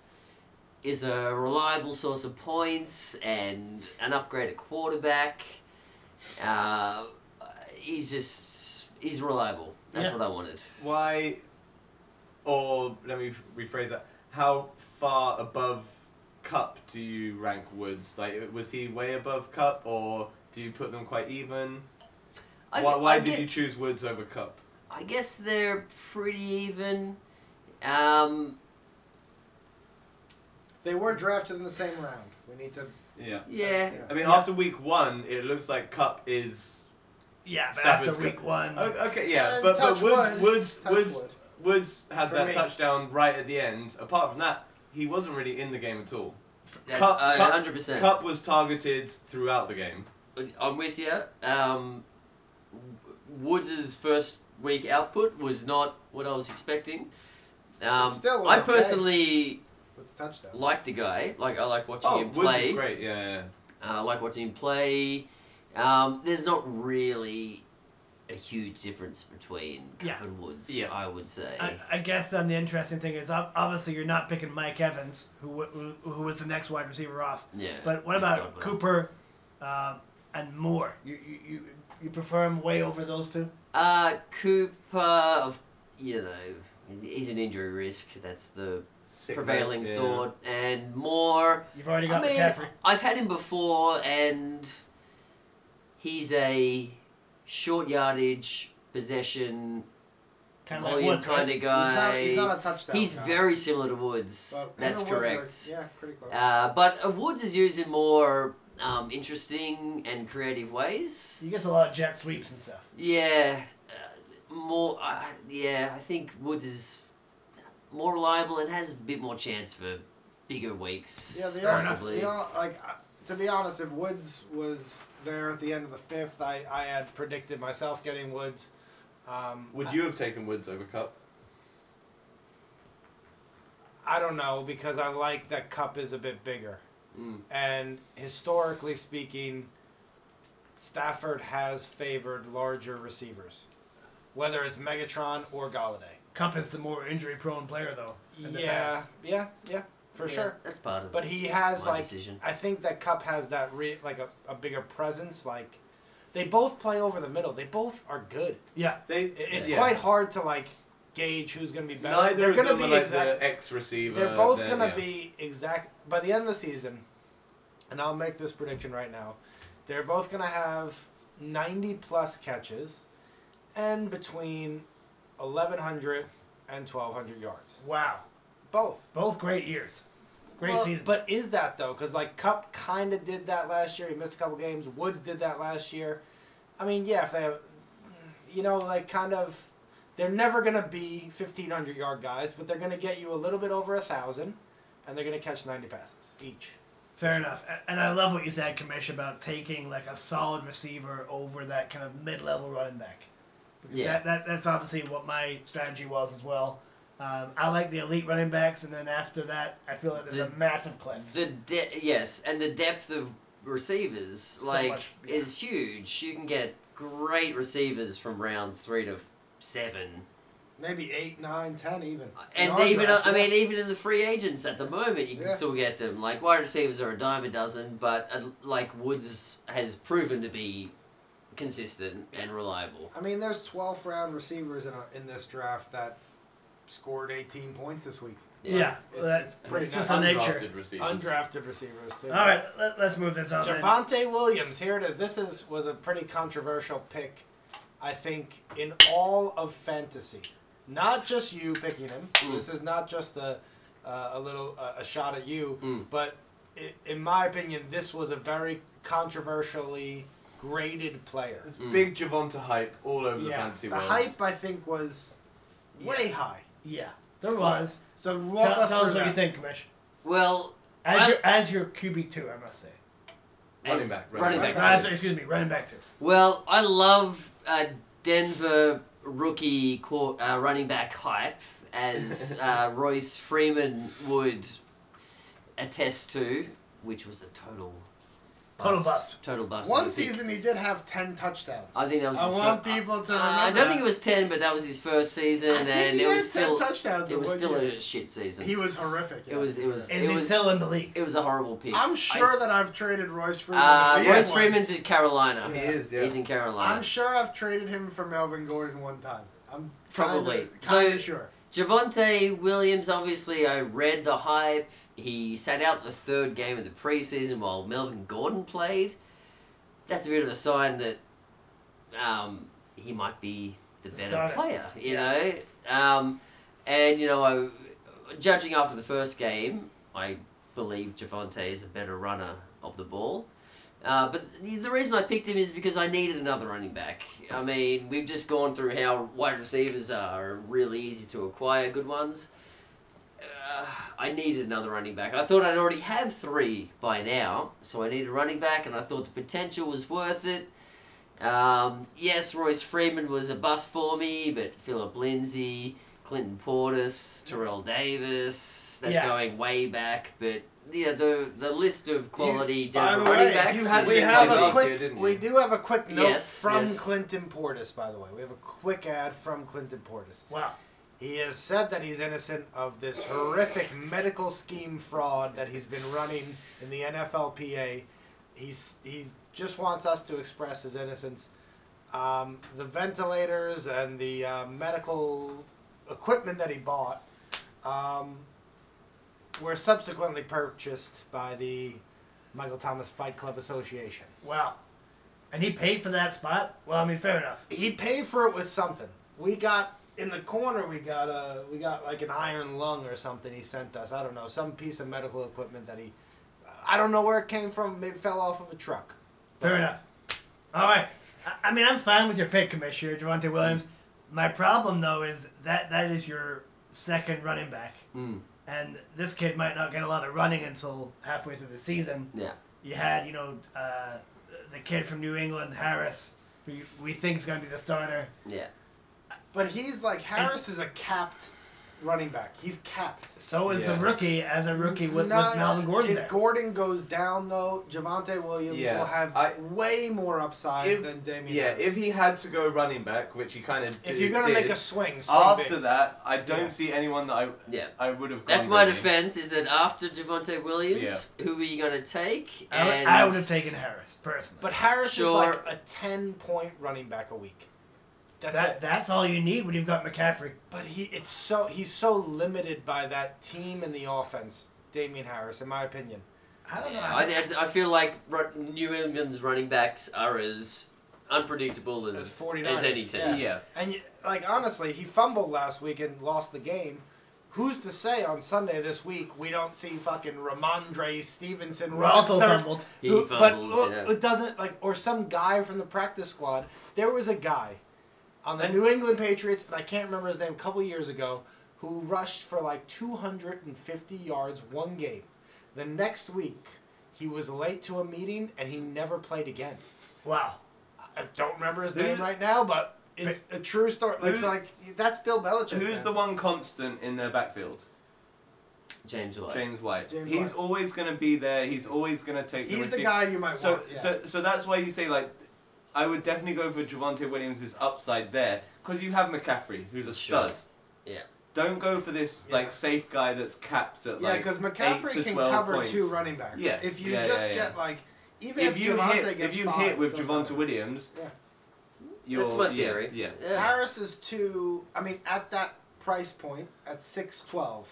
[SPEAKER 3] is a reliable source of points and an upgrade at quarterback. Uh, he's just he's reliable. That's
[SPEAKER 2] Yeah.
[SPEAKER 3] what I wanted.
[SPEAKER 4] why, or let me rephrase that. How far above Cup do you rank Woods? Like, was he way above Cup, or do you put them quite even?
[SPEAKER 3] I,
[SPEAKER 4] why why
[SPEAKER 3] I
[SPEAKER 4] did
[SPEAKER 3] get-
[SPEAKER 4] you choose Woods over Cup?
[SPEAKER 3] I guess they're pretty even. Um,
[SPEAKER 1] They were drafted in the same round. We need to.
[SPEAKER 4] Yeah.
[SPEAKER 3] yeah.
[SPEAKER 1] Yeah.
[SPEAKER 4] I mean,
[SPEAKER 2] Yeah.
[SPEAKER 4] after week one, it looks like Cup is.
[SPEAKER 2] Yeah, but
[SPEAKER 4] Stafford's
[SPEAKER 2] after week
[SPEAKER 4] good.
[SPEAKER 2] one,
[SPEAKER 4] O- Uh, Okay, yeah,
[SPEAKER 1] And
[SPEAKER 4] but, but
[SPEAKER 1] Uh, touch
[SPEAKER 4] Woods,
[SPEAKER 1] wood,
[SPEAKER 4] Woods,
[SPEAKER 1] touch
[SPEAKER 4] Woods,
[SPEAKER 1] wood.
[SPEAKER 4] Woods had
[SPEAKER 1] For
[SPEAKER 4] that
[SPEAKER 1] me.
[SPEAKER 4] touchdown right at the end. Apart from that, he wasn't really in the game at all.
[SPEAKER 3] That's
[SPEAKER 4] Cup-
[SPEAKER 3] uh,
[SPEAKER 4] Cup-
[SPEAKER 3] 100%.
[SPEAKER 4] Cup was targeted throughout the game.
[SPEAKER 3] I'm with you. Um, Woods' first week output was not what I was expecting. Um,
[SPEAKER 1] It's still
[SPEAKER 3] I
[SPEAKER 1] okay.
[SPEAKER 3] personally
[SPEAKER 1] With the touchdown.
[SPEAKER 3] like the guy. Like I like watching
[SPEAKER 4] Oh,
[SPEAKER 3] him
[SPEAKER 4] Woods
[SPEAKER 3] play.
[SPEAKER 4] is great. Yeah, yeah.
[SPEAKER 3] Uh, I like watching him play. Um, there's not really a huge difference between Cup
[SPEAKER 2] Yeah. Uh,
[SPEAKER 3] and Woods.
[SPEAKER 4] Yeah.
[SPEAKER 3] I would say.
[SPEAKER 2] I, I guess then the interesting thing is ob- obviously you're not picking Mike Evans, who wa- who, who was the next wide receiver off.
[SPEAKER 3] yeah.
[SPEAKER 2] But what
[SPEAKER 3] he's
[SPEAKER 2] about
[SPEAKER 3] done well.
[SPEAKER 2] Cooper uh, and Moore? You, you, you, you prefer him way over those two?
[SPEAKER 3] Uh, Cooper, of you know, he's an injury risk. That's the
[SPEAKER 4] Sick
[SPEAKER 3] prevailing
[SPEAKER 4] note, yeah.
[SPEAKER 3] thought. And Moore,
[SPEAKER 2] You've already
[SPEAKER 3] I
[SPEAKER 2] got
[SPEAKER 3] mean,
[SPEAKER 2] McCaffrey.
[SPEAKER 3] I've had him before, and he's a short yardage possession.
[SPEAKER 2] Kind of like
[SPEAKER 3] volume
[SPEAKER 2] Woods,
[SPEAKER 3] kind
[SPEAKER 2] right?
[SPEAKER 3] of guy.
[SPEAKER 1] he's, not, he's not a touchdown.
[SPEAKER 3] He's
[SPEAKER 1] guy,
[SPEAKER 3] very similar to Woods.
[SPEAKER 1] but-
[SPEAKER 3] That's
[SPEAKER 1] Henry Woods,
[SPEAKER 3] correct.
[SPEAKER 1] like, yeah, pretty close.
[SPEAKER 3] Uh, but uh, Woods is used in more um, interesting and creative ways.
[SPEAKER 2] He gets a lot of jet sweeps and stuff.
[SPEAKER 3] Yeah, uh, more. Uh, yeah, I think Woods is more reliable and has a bit more chance for bigger weeks.
[SPEAKER 1] Yeah, they all,
[SPEAKER 3] possibly.
[SPEAKER 1] they all like uh, to be honest. If Woods was there at the end of the fifth, I, I had predicted myself getting Woods. Um,
[SPEAKER 4] Would
[SPEAKER 1] I,
[SPEAKER 4] you have taken Woods over Cup?
[SPEAKER 1] I don't know because I like that Cup is a bit bigger,
[SPEAKER 3] Mm.
[SPEAKER 1] and historically speaking, Stafford has favored larger receivers, whether it's Megatron or Galladay.
[SPEAKER 2] Cup is the more injury prone player, though. in the
[SPEAKER 1] Yeah,
[SPEAKER 2] past.
[SPEAKER 1] yeah, yeah, for
[SPEAKER 3] Yeah,
[SPEAKER 1] sure.
[SPEAKER 3] That's part of
[SPEAKER 1] But he has
[SPEAKER 3] my
[SPEAKER 1] like
[SPEAKER 3] decision.
[SPEAKER 1] I think that Cup has that re- like a, a bigger presence. Like they both play over the middle. They both are good.
[SPEAKER 2] Yeah.
[SPEAKER 4] They,
[SPEAKER 1] I- It's
[SPEAKER 4] yeah.
[SPEAKER 1] quite hard to like gauge who's going to be better.
[SPEAKER 4] Neither
[SPEAKER 1] they're
[SPEAKER 4] of
[SPEAKER 1] going to
[SPEAKER 4] them
[SPEAKER 1] be
[SPEAKER 4] are like
[SPEAKER 1] exact.
[SPEAKER 4] the ex receiver.
[SPEAKER 1] They're both
[SPEAKER 4] then,
[SPEAKER 1] going to
[SPEAKER 4] yeah.
[SPEAKER 1] be exact by the end of the season. And I'll make this prediction right now. They're both going to have 90 plus catches and between 1100 and 1200 yards.
[SPEAKER 2] Wow.
[SPEAKER 1] Both.
[SPEAKER 2] Both great years. Great
[SPEAKER 1] Well,
[SPEAKER 2] season.
[SPEAKER 1] But is that though? Because like Cup kind of did that last year. He missed a couple games. Woods did that last year. I mean, yeah, if they have, you know, like kind of, they're never gonna be fifteen hundred yard guys, but they're gonna get you a little bit over a thousand, and they're gonna catch ninety passes each.
[SPEAKER 2] Fair enough. A- And I love what you said, Commish, about taking like a solid receiver over that kind of mid level running back. Because
[SPEAKER 3] Yeah.
[SPEAKER 2] That, that, that's obviously what my strategy was as well. Um, I like the elite running backs, and then after that, I feel like there's a
[SPEAKER 3] The-
[SPEAKER 2] massive cliff.
[SPEAKER 3] the de- yes, and the depth of receivers like
[SPEAKER 2] much, yeah.
[SPEAKER 3] is huge. You can get great receivers from rounds three to seven.
[SPEAKER 1] Maybe eight, nine, ten, even. In
[SPEAKER 3] Uh, And
[SPEAKER 1] our
[SPEAKER 3] even
[SPEAKER 1] draft,
[SPEAKER 3] I
[SPEAKER 1] yeah.
[SPEAKER 3] mean, even in the free agents at the moment, you can
[SPEAKER 1] Yeah.
[SPEAKER 3] still get them. Like wide receivers are a dime a dozen, but uh, like Woods has proven to be consistent and reliable.
[SPEAKER 1] I mean, there's twelve round receivers in a, in this draft that scored eighteen points this week.
[SPEAKER 2] yeah.
[SPEAKER 1] It's,
[SPEAKER 2] that-
[SPEAKER 1] it's
[SPEAKER 4] And
[SPEAKER 1] pretty
[SPEAKER 4] it's
[SPEAKER 2] just
[SPEAKER 1] nuts.
[SPEAKER 2] the nature.
[SPEAKER 4] undrafted receivers.
[SPEAKER 1] undrafted receivers too.
[SPEAKER 2] all right, let, us move this on. then.
[SPEAKER 1] Javante Williams, here it is. This is was a pretty controversial pick, I think, in all of fantasy. Not just you picking him.
[SPEAKER 3] Mm.
[SPEAKER 1] This is not just a uh, a little uh, a shot at you,
[SPEAKER 3] Mm.
[SPEAKER 1] but i in my opinion, this was a very controversially graded player.
[SPEAKER 4] There's
[SPEAKER 3] Mm.
[SPEAKER 4] big Javonta hype all over the
[SPEAKER 1] Yeah,
[SPEAKER 4] fantasy
[SPEAKER 1] the
[SPEAKER 4] world.
[SPEAKER 1] hype I think was way high.
[SPEAKER 2] Yeah, there was.
[SPEAKER 1] So
[SPEAKER 2] Tell,
[SPEAKER 1] walk us
[SPEAKER 2] tell
[SPEAKER 1] through
[SPEAKER 2] us what
[SPEAKER 1] that.
[SPEAKER 2] you think, Commish.
[SPEAKER 3] Well,
[SPEAKER 2] As,
[SPEAKER 3] I-
[SPEAKER 2] your, as your QB2, I must say.
[SPEAKER 4] Running
[SPEAKER 3] as-
[SPEAKER 4] back,
[SPEAKER 3] running
[SPEAKER 4] running
[SPEAKER 3] back.
[SPEAKER 4] back.
[SPEAKER 2] Or as- excuse me, running back two.
[SPEAKER 3] Well, I love uh, Denver rookie cor- uh, running back hype, as uh, Royce Freeman would attest to, which was a total
[SPEAKER 2] Total
[SPEAKER 3] bust,
[SPEAKER 2] bust.
[SPEAKER 3] Total bust. I
[SPEAKER 1] One
[SPEAKER 3] think.
[SPEAKER 1] season he did have ten touchdowns.
[SPEAKER 3] I think that was.
[SPEAKER 1] I
[SPEAKER 3] his
[SPEAKER 1] want
[SPEAKER 3] fir-
[SPEAKER 1] people to
[SPEAKER 3] Uh,
[SPEAKER 1] remember.
[SPEAKER 3] I don't
[SPEAKER 1] that.
[SPEAKER 3] think it was ten, but that was his first season,
[SPEAKER 1] I think
[SPEAKER 3] and
[SPEAKER 1] (laughs) he
[SPEAKER 3] it
[SPEAKER 1] had
[SPEAKER 3] was still
[SPEAKER 1] 10 touchdowns
[SPEAKER 3] it
[SPEAKER 1] in
[SPEAKER 3] was
[SPEAKER 1] one
[SPEAKER 3] still
[SPEAKER 1] year.
[SPEAKER 3] a shit season.
[SPEAKER 1] He was horrific.
[SPEAKER 3] it was it was
[SPEAKER 2] Is
[SPEAKER 3] it
[SPEAKER 2] he
[SPEAKER 3] was
[SPEAKER 2] still in the league?
[SPEAKER 3] it was a horrible pick.
[SPEAKER 1] I'm sure
[SPEAKER 3] I-
[SPEAKER 1] that I've traded Royce Freeman.
[SPEAKER 3] uh,
[SPEAKER 1] at least
[SPEAKER 3] Royce
[SPEAKER 1] once.
[SPEAKER 3] Freeman's in Carolina.
[SPEAKER 4] He is, yeah.
[SPEAKER 3] He's in Carolina.
[SPEAKER 1] I'm sure I've traded him for Melvin Gordon one time. I'm
[SPEAKER 3] Probably.
[SPEAKER 1] kinda,
[SPEAKER 3] So-
[SPEAKER 1] kinda sure.
[SPEAKER 3] Javante Williams, obviously, I read the hype. He sat out the third game of the preseason while Melvin Gordon played. That's a bit of a sign that um, he might be the better
[SPEAKER 2] Starter.
[SPEAKER 3] player, you know? Um, and, you know, I, judging after the first game, I believe Javante is a better runner of the ball. Uh, but the the reason I picked him is because I needed another running back. I mean, we've just gone through how wide receivers are really easy to acquire good ones. Uh, I needed another running back. I thought I'd already have three by now, so I needed a running back, and I thought the potential was worth it. Um, yes, Royce Freeman was a bust for me, but Philip Lindsay, Clinton Portis, Terrell Davis, that's
[SPEAKER 2] Yeah.
[SPEAKER 3] going way back, but yeah, the the list of quality
[SPEAKER 1] By the
[SPEAKER 3] Denver
[SPEAKER 1] way,
[SPEAKER 3] running backs.
[SPEAKER 2] you had
[SPEAKER 3] is
[SPEAKER 1] we
[SPEAKER 2] this
[SPEAKER 1] have
[SPEAKER 4] last
[SPEAKER 1] a
[SPEAKER 4] year,
[SPEAKER 3] ridiculous.
[SPEAKER 1] quick.
[SPEAKER 4] didn't
[SPEAKER 1] we
[SPEAKER 4] you?
[SPEAKER 1] do have a quick note
[SPEAKER 3] Yes,
[SPEAKER 1] from
[SPEAKER 3] yes.
[SPEAKER 1] Clinton Portis. By the way, we have a quick ad from Clinton Portis.
[SPEAKER 2] Wow.
[SPEAKER 1] He has said that he's innocent of this horrific medical scheme fraud that he's been running in the NFLPA. He's he just wants us to express his innocence. Um, the ventilators and the uh, medical equipment that he bought um, were subsequently purchased by the Michael Thomas Fight Club Association.
[SPEAKER 2] Wow. And he paid for that spot? Well, I mean, fair enough.
[SPEAKER 1] he paid for it with something. We got in the corner. We got a we got like an iron lung or something. He sent us. I don't know some piece of medical equipment that he. I don't know where it came from. Maybe fell off of a truck.
[SPEAKER 2] Fair enough. All right. I, I mean, I'm fine with your pick, Commissioner Javante Williams. My problem, though, is that that is your second running back.
[SPEAKER 3] Mm,
[SPEAKER 2] And this kid might not get a lot of running until halfway through the season.
[SPEAKER 3] yeah.
[SPEAKER 2] You had, you know, uh, the kid from New England, Harris, who you- we think is going to be the starter.
[SPEAKER 3] Yeah.
[SPEAKER 1] But he's like Harris is a capped running back. He's capped.
[SPEAKER 2] So is
[SPEAKER 4] Yeah.
[SPEAKER 2] the rookie as a rookie with,
[SPEAKER 1] Nah,
[SPEAKER 2] with Melvin Gordon
[SPEAKER 1] If
[SPEAKER 2] there.
[SPEAKER 1] Gordon goes down though, Javante Williams
[SPEAKER 4] Yeah,
[SPEAKER 1] will have
[SPEAKER 4] I-
[SPEAKER 1] way more upside
[SPEAKER 4] If-
[SPEAKER 1] than Damian.
[SPEAKER 4] Yeah,
[SPEAKER 1] Harris.
[SPEAKER 4] if he had to go running back, which he kind of
[SPEAKER 1] if you're gonna make a swing, swing
[SPEAKER 4] after
[SPEAKER 1] big.
[SPEAKER 4] that, I don't
[SPEAKER 1] Yeah.
[SPEAKER 4] see anyone that I
[SPEAKER 3] Yeah.
[SPEAKER 4] I would have.
[SPEAKER 3] That's
[SPEAKER 4] gone
[SPEAKER 3] my
[SPEAKER 4] running.
[SPEAKER 3] defense is that after Javante Williams, who are you going to take?
[SPEAKER 2] I, would-
[SPEAKER 3] And
[SPEAKER 2] I would have taken Harris, personally.
[SPEAKER 1] But Harris
[SPEAKER 3] Sure.
[SPEAKER 1] is like a ten point running back a week. That's it.
[SPEAKER 2] that, that's all you need when you've got McCaffrey.
[SPEAKER 1] But he it's so he's so limited by that team and the offense, Damian Harris, in my opinion.
[SPEAKER 2] I don't
[SPEAKER 3] Yeah,
[SPEAKER 2] know.
[SPEAKER 3] I, I- I feel like ru- New England's running backs are as unpredictable
[SPEAKER 1] As
[SPEAKER 3] as,
[SPEAKER 1] 49ers,
[SPEAKER 3] as any team.
[SPEAKER 1] Yeah.
[SPEAKER 4] Yeah.
[SPEAKER 1] And y- like honestly, he fumbled last week and lost the game. Who's to say on Sunday this week we don't see fucking Ramondre Stevenson run a
[SPEAKER 2] Russell
[SPEAKER 1] third-
[SPEAKER 2] fumbled.
[SPEAKER 3] He
[SPEAKER 1] who-
[SPEAKER 3] fumbles,
[SPEAKER 1] but look,
[SPEAKER 3] yeah.
[SPEAKER 1] it doesn't like or some guy from the practice squad. There was a guy on the New England Patriots, and I can't remember his name, a couple years ago, who rushed for like 250 yards one game. The next week, he was late to a meeting and he never played again.
[SPEAKER 2] Wow.
[SPEAKER 1] I don't remember his
[SPEAKER 4] Who-
[SPEAKER 1] name right now, but it's a true story. It's
[SPEAKER 4] Who-
[SPEAKER 1] like that's Bill Belichick.
[SPEAKER 4] Who's
[SPEAKER 1] man.
[SPEAKER 4] the one constant in their backfield?
[SPEAKER 3] James White.
[SPEAKER 4] James White.
[SPEAKER 1] James
[SPEAKER 4] he's
[SPEAKER 1] White.
[SPEAKER 4] always going to be there. He's always going to take. the,
[SPEAKER 1] He's the
[SPEAKER 4] receive-
[SPEAKER 1] guy you might
[SPEAKER 4] So,
[SPEAKER 1] want. yeah.
[SPEAKER 4] so, so that's why you say like, I would definitely go for Javante Williams' upside there because you have McCaffrey, who's a
[SPEAKER 3] Sure.
[SPEAKER 4] stud.
[SPEAKER 3] Yeah.
[SPEAKER 4] Don't go for this
[SPEAKER 1] Yeah.
[SPEAKER 4] like safe guy that's capped at
[SPEAKER 1] yeah,
[SPEAKER 4] like
[SPEAKER 1] because
[SPEAKER 4] eight to
[SPEAKER 1] McCaffrey can
[SPEAKER 4] 12
[SPEAKER 1] cover
[SPEAKER 4] points.
[SPEAKER 1] two running backs.
[SPEAKER 4] Yeah,
[SPEAKER 1] If you
[SPEAKER 4] yeah, yeah,
[SPEAKER 1] just
[SPEAKER 4] yeah.
[SPEAKER 1] get like, even if,
[SPEAKER 4] If you
[SPEAKER 1] Javante
[SPEAKER 4] hit,
[SPEAKER 1] gets
[SPEAKER 4] if you
[SPEAKER 1] five,
[SPEAKER 4] hit with
[SPEAKER 1] it doesn't
[SPEAKER 4] Javante
[SPEAKER 1] matter.
[SPEAKER 4] Williams,
[SPEAKER 1] Yeah.
[SPEAKER 4] you're,
[SPEAKER 3] That's my
[SPEAKER 4] yeah,
[SPEAKER 3] theory.
[SPEAKER 4] Yeah,
[SPEAKER 1] Harris is too. I mean, at that price point, at six twelve,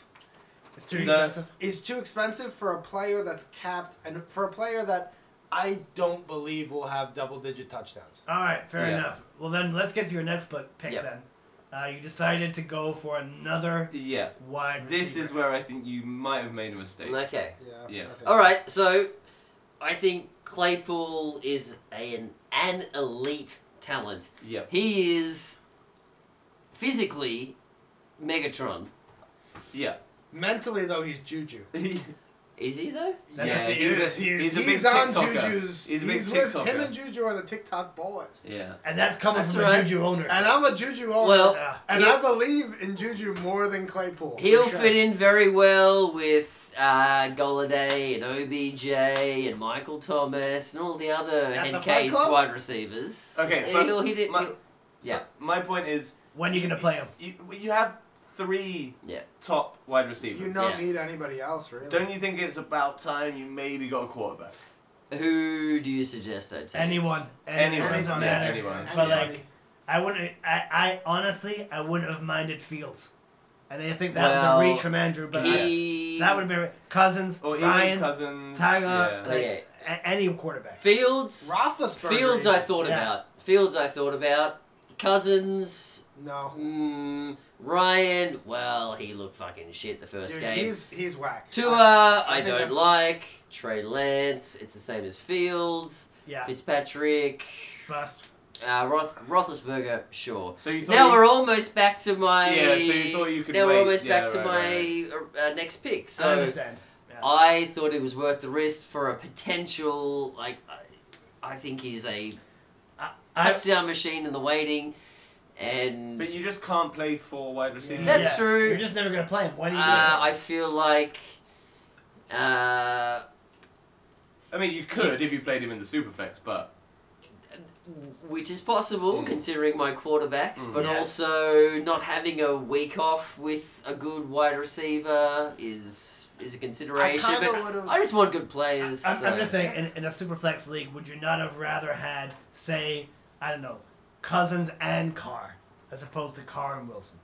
[SPEAKER 2] It's too
[SPEAKER 1] He's-
[SPEAKER 2] expensive.
[SPEAKER 1] is too expensive for a player that's capped and for a player that I don't believe will have double digit touchdowns.
[SPEAKER 2] All right, fair
[SPEAKER 4] Yeah.
[SPEAKER 2] enough. Well, then let's get to your next pl- pick
[SPEAKER 3] Yep.
[SPEAKER 2] then. Uh, you decided to go for another
[SPEAKER 4] yeah.
[SPEAKER 2] wide receiver.
[SPEAKER 4] This is where I think you might have made a mistake.
[SPEAKER 3] Okay.
[SPEAKER 1] Yeah.
[SPEAKER 4] Yeah.
[SPEAKER 1] I think
[SPEAKER 3] All right, so I think Claypool is a, an an elite talent.
[SPEAKER 4] Yeah,
[SPEAKER 3] He is physically Megatron.
[SPEAKER 4] yeah. (laughs)
[SPEAKER 1] Mentally though, he's Juju.
[SPEAKER 3] Is he though?
[SPEAKER 1] Yes,
[SPEAKER 4] yeah,
[SPEAKER 1] he is.
[SPEAKER 4] he's a-
[SPEAKER 1] He's, he's,
[SPEAKER 4] he's a big
[SPEAKER 1] on
[SPEAKER 4] TikToker.
[SPEAKER 1] Juju's.
[SPEAKER 4] He's a big
[SPEAKER 1] with him
[SPEAKER 4] TikToker.
[SPEAKER 1] and Juju are the TikTok boys.
[SPEAKER 4] yeah.
[SPEAKER 2] And that's coming
[SPEAKER 3] That's
[SPEAKER 2] from
[SPEAKER 3] right.
[SPEAKER 2] a Juju owner. Uh,
[SPEAKER 1] And I'm a Juju owner.
[SPEAKER 3] Well,
[SPEAKER 2] Yeah.
[SPEAKER 1] and
[SPEAKER 3] he-
[SPEAKER 1] I believe in Juju more than Claypool.
[SPEAKER 3] He'll fit in very well with uh, Golladay and OBJ and Michael Thomas and all the other
[SPEAKER 1] At the
[SPEAKER 3] head
[SPEAKER 1] Fight
[SPEAKER 3] case
[SPEAKER 1] Club?
[SPEAKER 3] wide receivers.
[SPEAKER 4] Okay,
[SPEAKER 3] Uh,
[SPEAKER 4] but
[SPEAKER 3] he'll hit it.
[SPEAKER 4] my-
[SPEAKER 3] he'll-
[SPEAKER 4] So
[SPEAKER 3] Yeah.
[SPEAKER 4] my point is,
[SPEAKER 2] when are you going to play him?
[SPEAKER 4] you, you have three
[SPEAKER 3] Yeah.
[SPEAKER 4] top wide
[SPEAKER 1] You
[SPEAKER 4] receivers.
[SPEAKER 1] don't
[SPEAKER 3] Yeah.
[SPEAKER 1] need anybody else, really.
[SPEAKER 4] Don't you think it's about time you maybe got a quarterback?
[SPEAKER 3] Who do you suggest I take?
[SPEAKER 2] Anyone.
[SPEAKER 4] Anyone.
[SPEAKER 2] It doesn't
[SPEAKER 1] Anyone,
[SPEAKER 4] Yeah,
[SPEAKER 2] matter.
[SPEAKER 4] anyone.
[SPEAKER 2] But
[SPEAKER 1] Anybody.
[SPEAKER 2] like, I wouldn't. I, I honestly, I wouldn't have minded Fields. And I think that
[SPEAKER 3] Well,
[SPEAKER 2] was a reach from Andrew, but
[SPEAKER 3] He.
[SPEAKER 2] that would have been Cousins,
[SPEAKER 4] Or even
[SPEAKER 2] Ryan,
[SPEAKER 4] Cousins.
[SPEAKER 2] Tyler,
[SPEAKER 4] Yeah.
[SPEAKER 2] like,
[SPEAKER 3] Okay.
[SPEAKER 2] a- any quarterback.
[SPEAKER 3] Oh, Fields.
[SPEAKER 1] Roethlisberger.
[SPEAKER 3] Fields, I thought
[SPEAKER 2] Yeah.
[SPEAKER 3] about. Fields, I thought about. Cousins,
[SPEAKER 1] No.
[SPEAKER 3] mm, Ryan. Well, he looked fucking shit the first
[SPEAKER 1] Dude,
[SPEAKER 3] game.
[SPEAKER 1] he's he's whack.
[SPEAKER 3] Tua,
[SPEAKER 1] I
[SPEAKER 3] I,
[SPEAKER 1] think
[SPEAKER 3] don't
[SPEAKER 1] that's-
[SPEAKER 3] like. Trey Lance, it's the same as Fields.
[SPEAKER 2] Yeah,
[SPEAKER 3] Fitzpatrick,
[SPEAKER 2] bust.
[SPEAKER 3] uh, Roth- Roethlisberger, sure.
[SPEAKER 4] So you thought
[SPEAKER 3] Now
[SPEAKER 4] you-
[SPEAKER 3] we're almost back to my.
[SPEAKER 4] Yeah, so you thought you could
[SPEAKER 3] Now
[SPEAKER 4] wait.
[SPEAKER 3] we're almost
[SPEAKER 4] Yeah,
[SPEAKER 3] back to
[SPEAKER 4] right,
[SPEAKER 3] my Uh, uh, next pick. So
[SPEAKER 2] I understand. Yeah.
[SPEAKER 3] I thought it was worth the risk for a potential like I, I think he's a
[SPEAKER 2] I-
[SPEAKER 3] touchdown machine in the waiting and
[SPEAKER 4] But you just can't play four wide receivers.
[SPEAKER 3] That's true.
[SPEAKER 1] Uh,
[SPEAKER 2] You're just never gonna play him. What
[SPEAKER 3] uh,
[SPEAKER 2] do you?
[SPEAKER 3] I feel like Uh,
[SPEAKER 4] I mean, you could if you played him in the Superflex, but
[SPEAKER 3] which is possible
[SPEAKER 4] Mm.
[SPEAKER 3] considering my quarterbacks,
[SPEAKER 4] Mm.
[SPEAKER 3] but
[SPEAKER 2] Hmm. Yeah.
[SPEAKER 3] also not having a week off with a good wide receiver is is a consideration.
[SPEAKER 1] kinda
[SPEAKER 3] but
[SPEAKER 1] would've-
[SPEAKER 3] I just want good players.
[SPEAKER 2] I'm, I'm
[SPEAKER 1] uh,
[SPEAKER 3] so-
[SPEAKER 2] just saying, in, in a superflex league, would you not have rather had, say, I don't know, Cousins and Carr, as opposed to Carr and Wilson,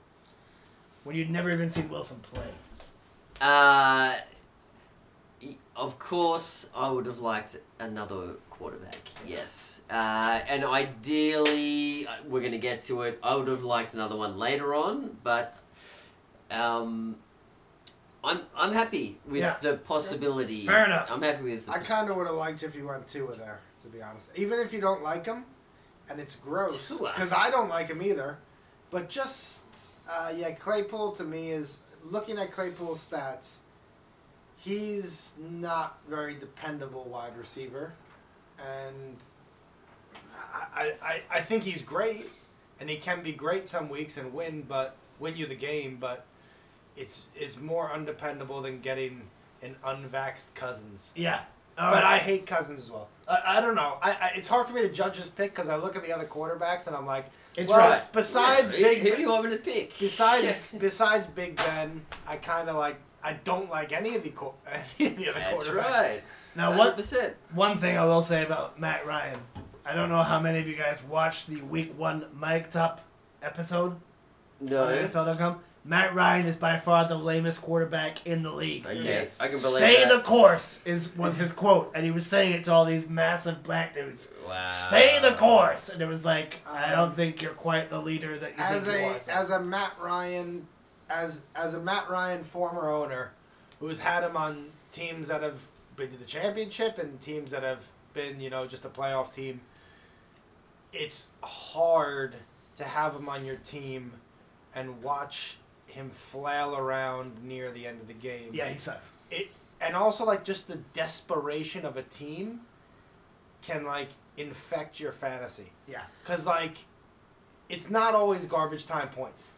[SPEAKER 2] when you'd never even seen Wilson play?
[SPEAKER 3] Uh, y- of course, I would have liked another quarterback. Yes, uh, and ideally, uh, we're going to get to it. I would have liked another one later on, but um, I'm I'm happy with
[SPEAKER 2] Yeah.
[SPEAKER 3] the possibility.
[SPEAKER 2] Fair enough.
[SPEAKER 3] I'm happy with. The
[SPEAKER 1] I kind of would have liked if you went Tua there, to be honest. Even if you don't like him, and it's gross,
[SPEAKER 3] Tua?
[SPEAKER 1] because I don't like him either. But just uh, yeah, Claypool to me is looking at Claypool's stats. He's not very dependable wide receiver, and I, I, I- I think he's great, and he can be great some weeks and win, but win you the game. But it's it's more undependable than getting an unvaxxed Cousins.
[SPEAKER 2] Yeah. All
[SPEAKER 1] But I
[SPEAKER 2] right.
[SPEAKER 1] hate Cousins as well. I, I don't know. I, I, it's hard for me to judge his pick because I look at the other quarterbacks and I'm like,
[SPEAKER 2] It's
[SPEAKER 1] well,
[SPEAKER 2] right.
[SPEAKER 1] besides
[SPEAKER 3] Yeah, who-
[SPEAKER 1] Big
[SPEAKER 3] who, do
[SPEAKER 1] Ben,
[SPEAKER 3] you want me to pick?
[SPEAKER 1] besides besides Big Ben, I kind of like I don't like any of the co- (laughs) any of the other
[SPEAKER 3] That's
[SPEAKER 1] quarterbacks.
[SPEAKER 3] right.
[SPEAKER 2] now,
[SPEAKER 3] Hundred
[SPEAKER 2] what,
[SPEAKER 3] percent.
[SPEAKER 2] one thing I will say about Matt Ryan, I don't know how many of you guys watched the Week One Mike Top episode
[SPEAKER 1] Oh,
[SPEAKER 3] No.
[SPEAKER 2] on NFL.com. Matt Ryan is by far the lamest quarterback in the league.
[SPEAKER 3] Okay,
[SPEAKER 4] Yes.
[SPEAKER 3] I can believe
[SPEAKER 2] Stay
[SPEAKER 3] that.
[SPEAKER 2] the course is was his quote, and he was saying it to all these massive black dudes.
[SPEAKER 3] Wow.
[SPEAKER 2] Stay
[SPEAKER 3] Ah.
[SPEAKER 2] the course, and it was like, I
[SPEAKER 1] Um,
[SPEAKER 2] don't think you're quite the leader that you
[SPEAKER 1] As
[SPEAKER 2] think you
[SPEAKER 1] a
[SPEAKER 2] are.
[SPEAKER 1] as a Matt Ryan, as as a Matt Ryan former owner, who's had him on teams that have been to the championship and teams that have been you know just a playoff team. It's hard to have him on your team and watch him flail around near the end of the game.
[SPEAKER 2] yeah, he sucks.
[SPEAKER 1] It and also like just the desperation of a team can like infect your fantasy.
[SPEAKER 2] Yeah,
[SPEAKER 1] Because, like, it's not always garbage time points.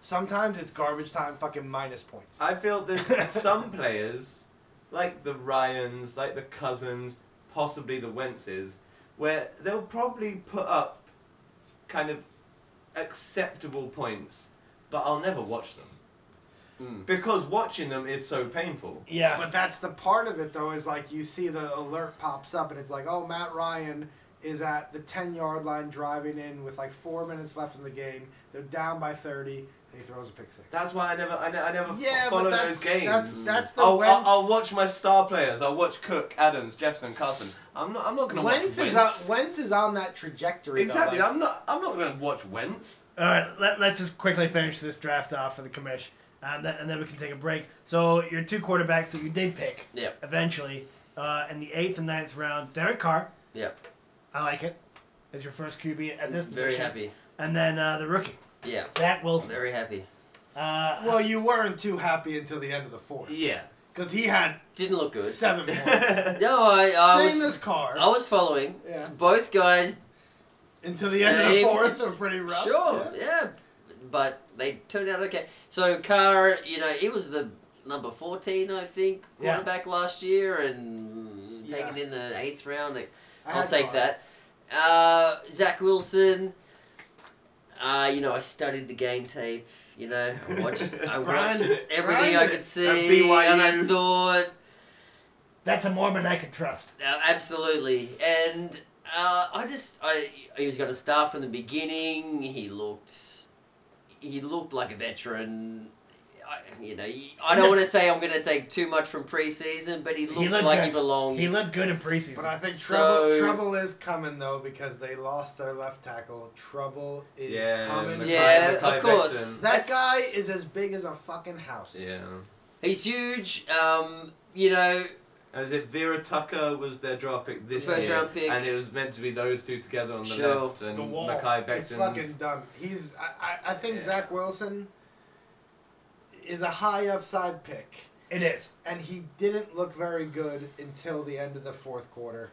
[SPEAKER 1] Sometimes it's garbage time fucking minus points.
[SPEAKER 4] I feel there's (laughs) some players, like the Ryans, like the Cousins, possibly the Wentzes, where they'll probably put up kind of acceptable points, but I'll never watch them.
[SPEAKER 3] Mm.
[SPEAKER 4] Because watching them is so painful.
[SPEAKER 2] yeah.
[SPEAKER 1] but that's the part of it, though, is like you see the alert pops up and it's like, oh, Matt Ryan is at the 10 yard line driving in with like four minutes left in the game. They're down by 30, and he throws a pick six.
[SPEAKER 4] That's why I never, I, ne- I never f-
[SPEAKER 1] yeah,
[SPEAKER 4] follow
[SPEAKER 1] but that's,
[SPEAKER 4] those games.
[SPEAKER 1] that's, that's the
[SPEAKER 4] I'll, I'll,
[SPEAKER 1] Wentz-
[SPEAKER 4] I'll watch my star players. I'll watch Cook, Adams, Jefferson, Carson. I'm not. I'm not gonna
[SPEAKER 1] Wentz
[SPEAKER 4] watch
[SPEAKER 1] is, on,
[SPEAKER 4] Wentz.
[SPEAKER 1] Wentz is on that trajectory. though,
[SPEAKER 4] exactly.
[SPEAKER 1] like-
[SPEAKER 4] I'm not. I'm not gonna watch Wentz.
[SPEAKER 2] All right, let, let's just quickly finish this draft off for the commish, um, that, and then we can take a break. So your two quarterbacks that you did pick
[SPEAKER 3] Yep.
[SPEAKER 2] eventually uh, in the eighth and ninth round, Derek Carr,
[SPEAKER 3] Yep.
[SPEAKER 2] I like it, as your first QB at this
[SPEAKER 3] Very
[SPEAKER 2] position.
[SPEAKER 3] happy.
[SPEAKER 2] And then uh, the rookie,
[SPEAKER 3] Yeah.
[SPEAKER 2] Zach Wilson.
[SPEAKER 3] Very happy.
[SPEAKER 2] Uh,
[SPEAKER 1] well, you weren't too happy until the end of the fourth.
[SPEAKER 4] (laughs) Yeah.
[SPEAKER 1] Because he had
[SPEAKER 3] Didn't look good.
[SPEAKER 4] (laughs)
[SPEAKER 1] seven points.
[SPEAKER 3] No, I, I
[SPEAKER 1] Same
[SPEAKER 3] was
[SPEAKER 1] as Carr.
[SPEAKER 3] I was following.
[SPEAKER 1] Yeah.
[SPEAKER 3] Both guys,
[SPEAKER 1] Until the end of the
[SPEAKER 3] Same.
[SPEAKER 1] fourth, are pretty rough.
[SPEAKER 3] sure,
[SPEAKER 1] yeah.
[SPEAKER 3] yeah. but they turned out okay. So Carr, you know, he was the number fourteen, I think,
[SPEAKER 2] Yeah.
[SPEAKER 3] quarterback last year, and
[SPEAKER 1] Yeah.
[SPEAKER 3] taken in the eighth round. Like,
[SPEAKER 1] I
[SPEAKER 3] I'll
[SPEAKER 1] had
[SPEAKER 3] take
[SPEAKER 1] Carr.
[SPEAKER 3] that. Uh, Zach Wilson. Uh, you know, I studied the game tape. You know, I watched,
[SPEAKER 1] (laughs)
[SPEAKER 3] I watched
[SPEAKER 1] Grinded it,
[SPEAKER 3] everything
[SPEAKER 1] grinded
[SPEAKER 3] I
[SPEAKER 1] it
[SPEAKER 3] could
[SPEAKER 1] at
[SPEAKER 3] see, and I
[SPEAKER 4] BYU.
[SPEAKER 3] thought,
[SPEAKER 2] that's a Mormon I could trust.
[SPEAKER 3] Uh, absolutely, and uh, I just I he was going to start from the beginning. He looked he looked like a veteran. I, you know, you- I don't want to say I'm going to take too much from preseason, but he looked,
[SPEAKER 2] looked
[SPEAKER 3] like he
[SPEAKER 2] good.
[SPEAKER 3] belongs.
[SPEAKER 2] He looked good in preseason.
[SPEAKER 1] But I think
[SPEAKER 3] So-
[SPEAKER 1] trouble trouble is coming though because they lost their left tackle. Trouble is
[SPEAKER 4] Yeah,
[SPEAKER 1] coming.
[SPEAKER 4] Mackay-
[SPEAKER 3] yeah,
[SPEAKER 4] Mackay
[SPEAKER 3] of course.
[SPEAKER 4] Becton.
[SPEAKER 1] That
[SPEAKER 3] That's-
[SPEAKER 1] guy is as big as a fucking house.
[SPEAKER 4] Yeah.
[SPEAKER 3] he's huge. Um, you know,
[SPEAKER 4] And is it Vera Tucker was their draft pick this
[SPEAKER 3] First
[SPEAKER 4] year?
[SPEAKER 3] round pick.
[SPEAKER 4] And it was meant to be those two together on the
[SPEAKER 3] Sure.
[SPEAKER 4] left and
[SPEAKER 1] The wall.
[SPEAKER 4] Mackay
[SPEAKER 1] it's fucking
[SPEAKER 4] Becton.
[SPEAKER 1] dumb. He's. I, I, I think
[SPEAKER 4] Yeah.
[SPEAKER 1] Zach Wilson is a high upside pick,
[SPEAKER 2] it is.
[SPEAKER 1] and he didn't look very good until the end of the fourth quarter.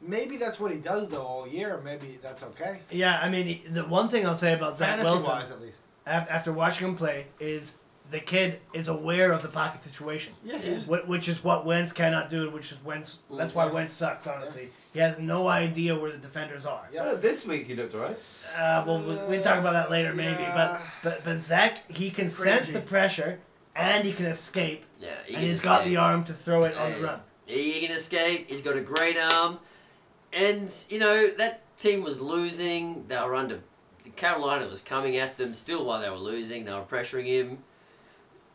[SPEAKER 1] Maybe that's what he does though all year. Maybe that's okay.
[SPEAKER 2] Yeah, I mean, he- the one thing I'll say about Zach
[SPEAKER 1] Fantasy
[SPEAKER 2] Wilson
[SPEAKER 1] wise, at least.
[SPEAKER 2] af- after watching him play is the kid is aware of the pocket situation.
[SPEAKER 1] Yeah, he's,
[SPEAKER 2] Wh- Which is what Wentz cannot do, which is Wentz. That's why
[SPEAKER 1] Mhm.
[SPEAKER 2] Wentz sucks, honestly. He has no idea where the defenders are.
[SPEAKER 1] Yeah.
[SPEAKER 4] Oh, this week you looked alright.
[SPEAKER 2] Uh, well, we, we talk about that later, maybe. But,
[SPEAKER 1] Yeah.
[SPEAKER 2] but but Zach, he can sense
[SPEAKER 1] Cringy.
[SPEAKER 2] the pressure, and he can escape,
[SPEAKER 3] Yeah, he
[SPEAKER 2] and
[SPEAKER 3] can
[SPEAKER 2] he's got
[SPEAKER 3] escape.
[SPEAKER 2] the arm to throw it on
[SPEAKER 3] Hey.
[SPEAKER 2] the run.
[SPEAKER 3] He can escape. He's got a great arm, and you know that team was losing. They were under Carolina was coming at them still while they were losing. They were pressuring him.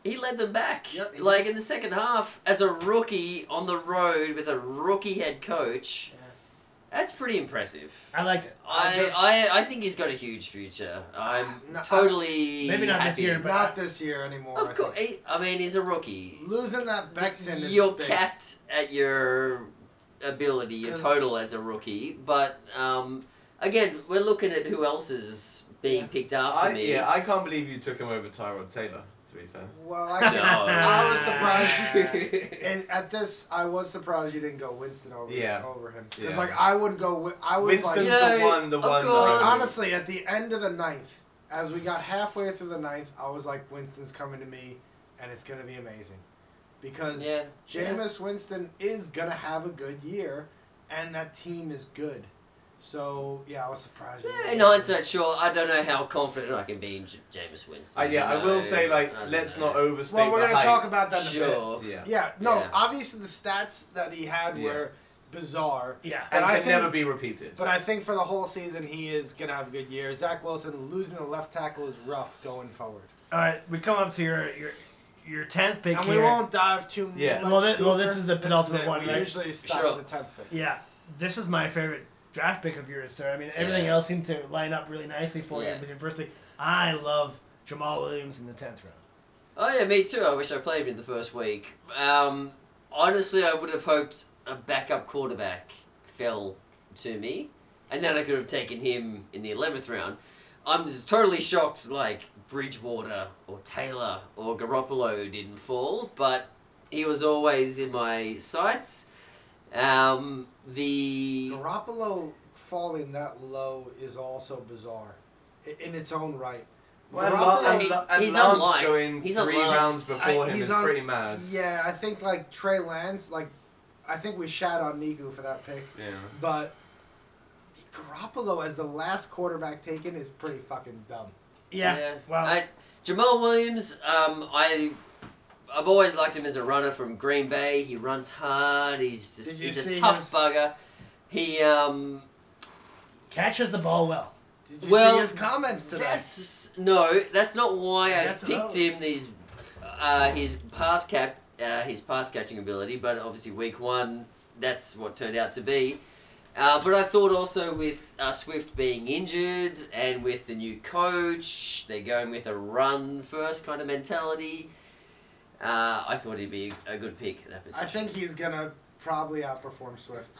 [SPEAKER 3] He led them back.
[SPEAKER 1] Yep, he did.
[SPEAKER 3] like in the second half, as a rookie on the road with a rookie head coach,
[SPEAKER 2] Yeah.
[SPEAKER 3] that's pretty impressive.
[SPEAKER 2] I liked it.
[SPEAKER 3] I,
[SPEAKER 1] I just-
[SPEAKER 3] I, I think he's got a huge future. I'm
[SPEAKER 1] No, I-
[SPEAKER 3] totally
[SPEAKER 2] Maybe not this
[SPEAKER 3] happy.
[SPEAKER 2] year, but-
[SPEAKER 1] not this year anymore. I
[SPEAKER 3] of course.
[SPEAKER 1] think.
[SPEAKER 3] He, I mean, he's a rookie.
[SPEAKER 1] Losing that Becton is
[SPEAKER 3] You're
[SPEAKER 1] big.
[SPEAKER 3] capped at your ability, your
[SPEAKER 1] Cause-
[SPEAKER 3] total as a rookie. But um, again, we're looking at who else is being
[SPEAKER 2] Yeah.
[SPEAKER 3] picked after
[SPEAKER 4] I,
[SPEAKER 3] me.
[SPEAKER 4] Yeah, I can't believe you took him over Tyrod Taylor. To be fair.
[SPEAKER 1] Well, I,
[SPEAKER 3] (laughs) No.
[SPEAKER 1] I was surprised.
[SPEAKER 3] (laughs) surprised.
[SPEAKER 1] and at this, I was surprised you didn't go Winston over,
[SPEAKER 4] Yeah.
[SPEAKER 1] over him. Because,
[SPEAKER 4] Yeah.
[SPEAKER 1] like, I would go. Wi- I was
[SPEAKER 4] Winston's
[SPEAKER 1] like,
[SPEAKER 3] Yeah.
[SPEAKER 4] the
[SPEAKER 3] know,
[SPEAKER 4] one, the
[SPEAKER 3] of
[SPEAKER 4] one.
[SPEAKER 3] course.
[SPEAKER 4] That I was,
[SPEAKER 1] honestly, at the end of the ninth, as we got halfway through the ninth, I was like, Winston's coming to me, and it's going to be amazing. Because
[SPEAKER 3] Yeah.
[SPEAKER 1] Jameis Winston is going to have a good year, and that team is good. So, yeah, I was surprised. you
[SPEAKER 3] Yeah,
[SPEAKER 1] didn't
[SPEAKER 3] In
[SPEAKER 1] go over
[SPEAKER 3] hindsight, sure. I don't know how confident I can be in J- Jameis Winston.
[SPEAKER 4] Uh, yeah, I
[SPEAKER 3] No,
[SPEAKER 4] will say like,
[SPEAKER 3] I don't
[SPEAKER 4] let's
[SPEAKER 3] know.
[SPEAKER 4] not overstate.
[SPEAKER 1] Well, we're
[SPEAKER 4] the
[SPEAKER 1] going to
[SPEAKER 4] hype.
[SPEAKER 1] talk about that in a bit.
[SPEAKER 3] Sure.
[SPEAKER 4] Yeah.
[SPEAKER 1] Yeah, no,
[SPEAKER 3] Yeah.
[SPEAKER 1] obviously the stats that he had
[SPEAKER 4] Yeah.
[SPEAKER 1] were bizarre.
[SPEAKER 2] Yeah.
[SPEAKER 1] And
[SPEAKER 4] And
[SPEAKER 1] I
[SPEAKER 4] can
[SPEAKER 1] think-
[SPEAKER 4] never be repeated.
[SPEAKER 1] But I think for the whole season, he is going to have a good year. Zach Wilson losing the left tackle is rough going forward.
[SPEAKER 2] All right, we come up to your your your tenth pick
[SPEAKER 1] and
[SPEAKER 2] here.
[SPEAKER 1] we won't dive too
[SPEAKER 4] Yeah.
[SPEAKER 1] much
[SPEAKER 2] Well, thi- well,
[SPEAKER 1] deeper.
[SPEAKER 2] this is the
[SPEAKER 1] This
[SPEAKER 2] penultimate
[SPEAKER 1] it.
[SPEAKER 2] one,
[SPEAKER 1] We
[SPEAKER 2] right?
[SPEAKER 1] usually start
[SPEAKER 3] Sure.
[SPEAKER 1] at the 10th pick.
[SPEAKER 2] Yeah, this is my favorite draft pick of yours, sir. I mean, everything
[SPEAKER 3] Yeah.
[SPEAKER 2] else seemed to line up really nicely for
[SPEAKER 3] Yeah.
[SPEAKER 2] you with your first pick. I love Jamal Williams in the tenth round.
[SPEAKER 3] Oh yeah, me too. I wish I played in the first week. Um, honestly, I would have hoped a backup quarterback fell to me, and then I could have taken him in the eleventh round. I'm just totally shocked, like Bridgewater or Taylor or Garoppolo didn't fall, but he was always in my sights. Um, the
[SPEAKER 1] Garoppolo falling that low is also bizarre i- in its own right.
[SPEAKER 4] Well,
[SPEAKER 1] Garoppolo-
[SPEAKER 4] and,
[SPEAKER 3] He-
[SPEAKER 4] La- and
[SPEAKER 3] he's
[SPEAKER 4] Lance
[SPEAKER 3] unliked.
[SPEAKER 4] going
[SPEAKER 3] He's
[SPEAKER 4] three
[SPEAKER 3] unliked.
[SPEAKER 4] rounds before
[SPEAKER 1] I-
[SPEAKER 4] him
[SPEAKER 1] he's
[SPEAKER 4] is
[SPEAKER 1] un-
[SPEAKER 4] pretty mad.
[SPEAKER 1] yeah, I think like Trey Lance, like, I think we shat on Nigu for that pick.
[SPEAKER 4] Yeah.
[SPEAKER 1] But Garoppolo as the last quarterback taken is pretty fucking dumb.
[SPEAKER 2] Yeah. Well,
[SPEAKER 3] I, Jamal Williams, um, I, I've always liked him as a runner from Green Bay. He runs hard. He's just
[SPEAKER 1] Did you
[SPEAKER 3] he's a
[SPEAKER 1] see
[SPEAKER 3] tough
[SPEAKER 1] his-
[SPEAKER 3] bugger. He um,
[SPEAKER 2] catches the ball well.
[SPEAKER 1] Did you
[SPEAKER 3] Well,
[SPEAKER 1] see his comments today?
[SPEAKER 3] that's no, that's not why I
[SPEAKER 1] That's
[SPEAKER 3] picked
[SPEAKER 1] those.
[SPEAKER 3] him. These, uh, his pass cap, uh, his pass catching ability, but obviously week one, that's what turned out to be. Uh, but I thought also with uh, Swift being injured and with the new coach, they're going with a run first kind of mentality. Uh, I thought he'd be a good pick at that position.
[SPEAKER 1] I think he's gonna probably outperform Swift.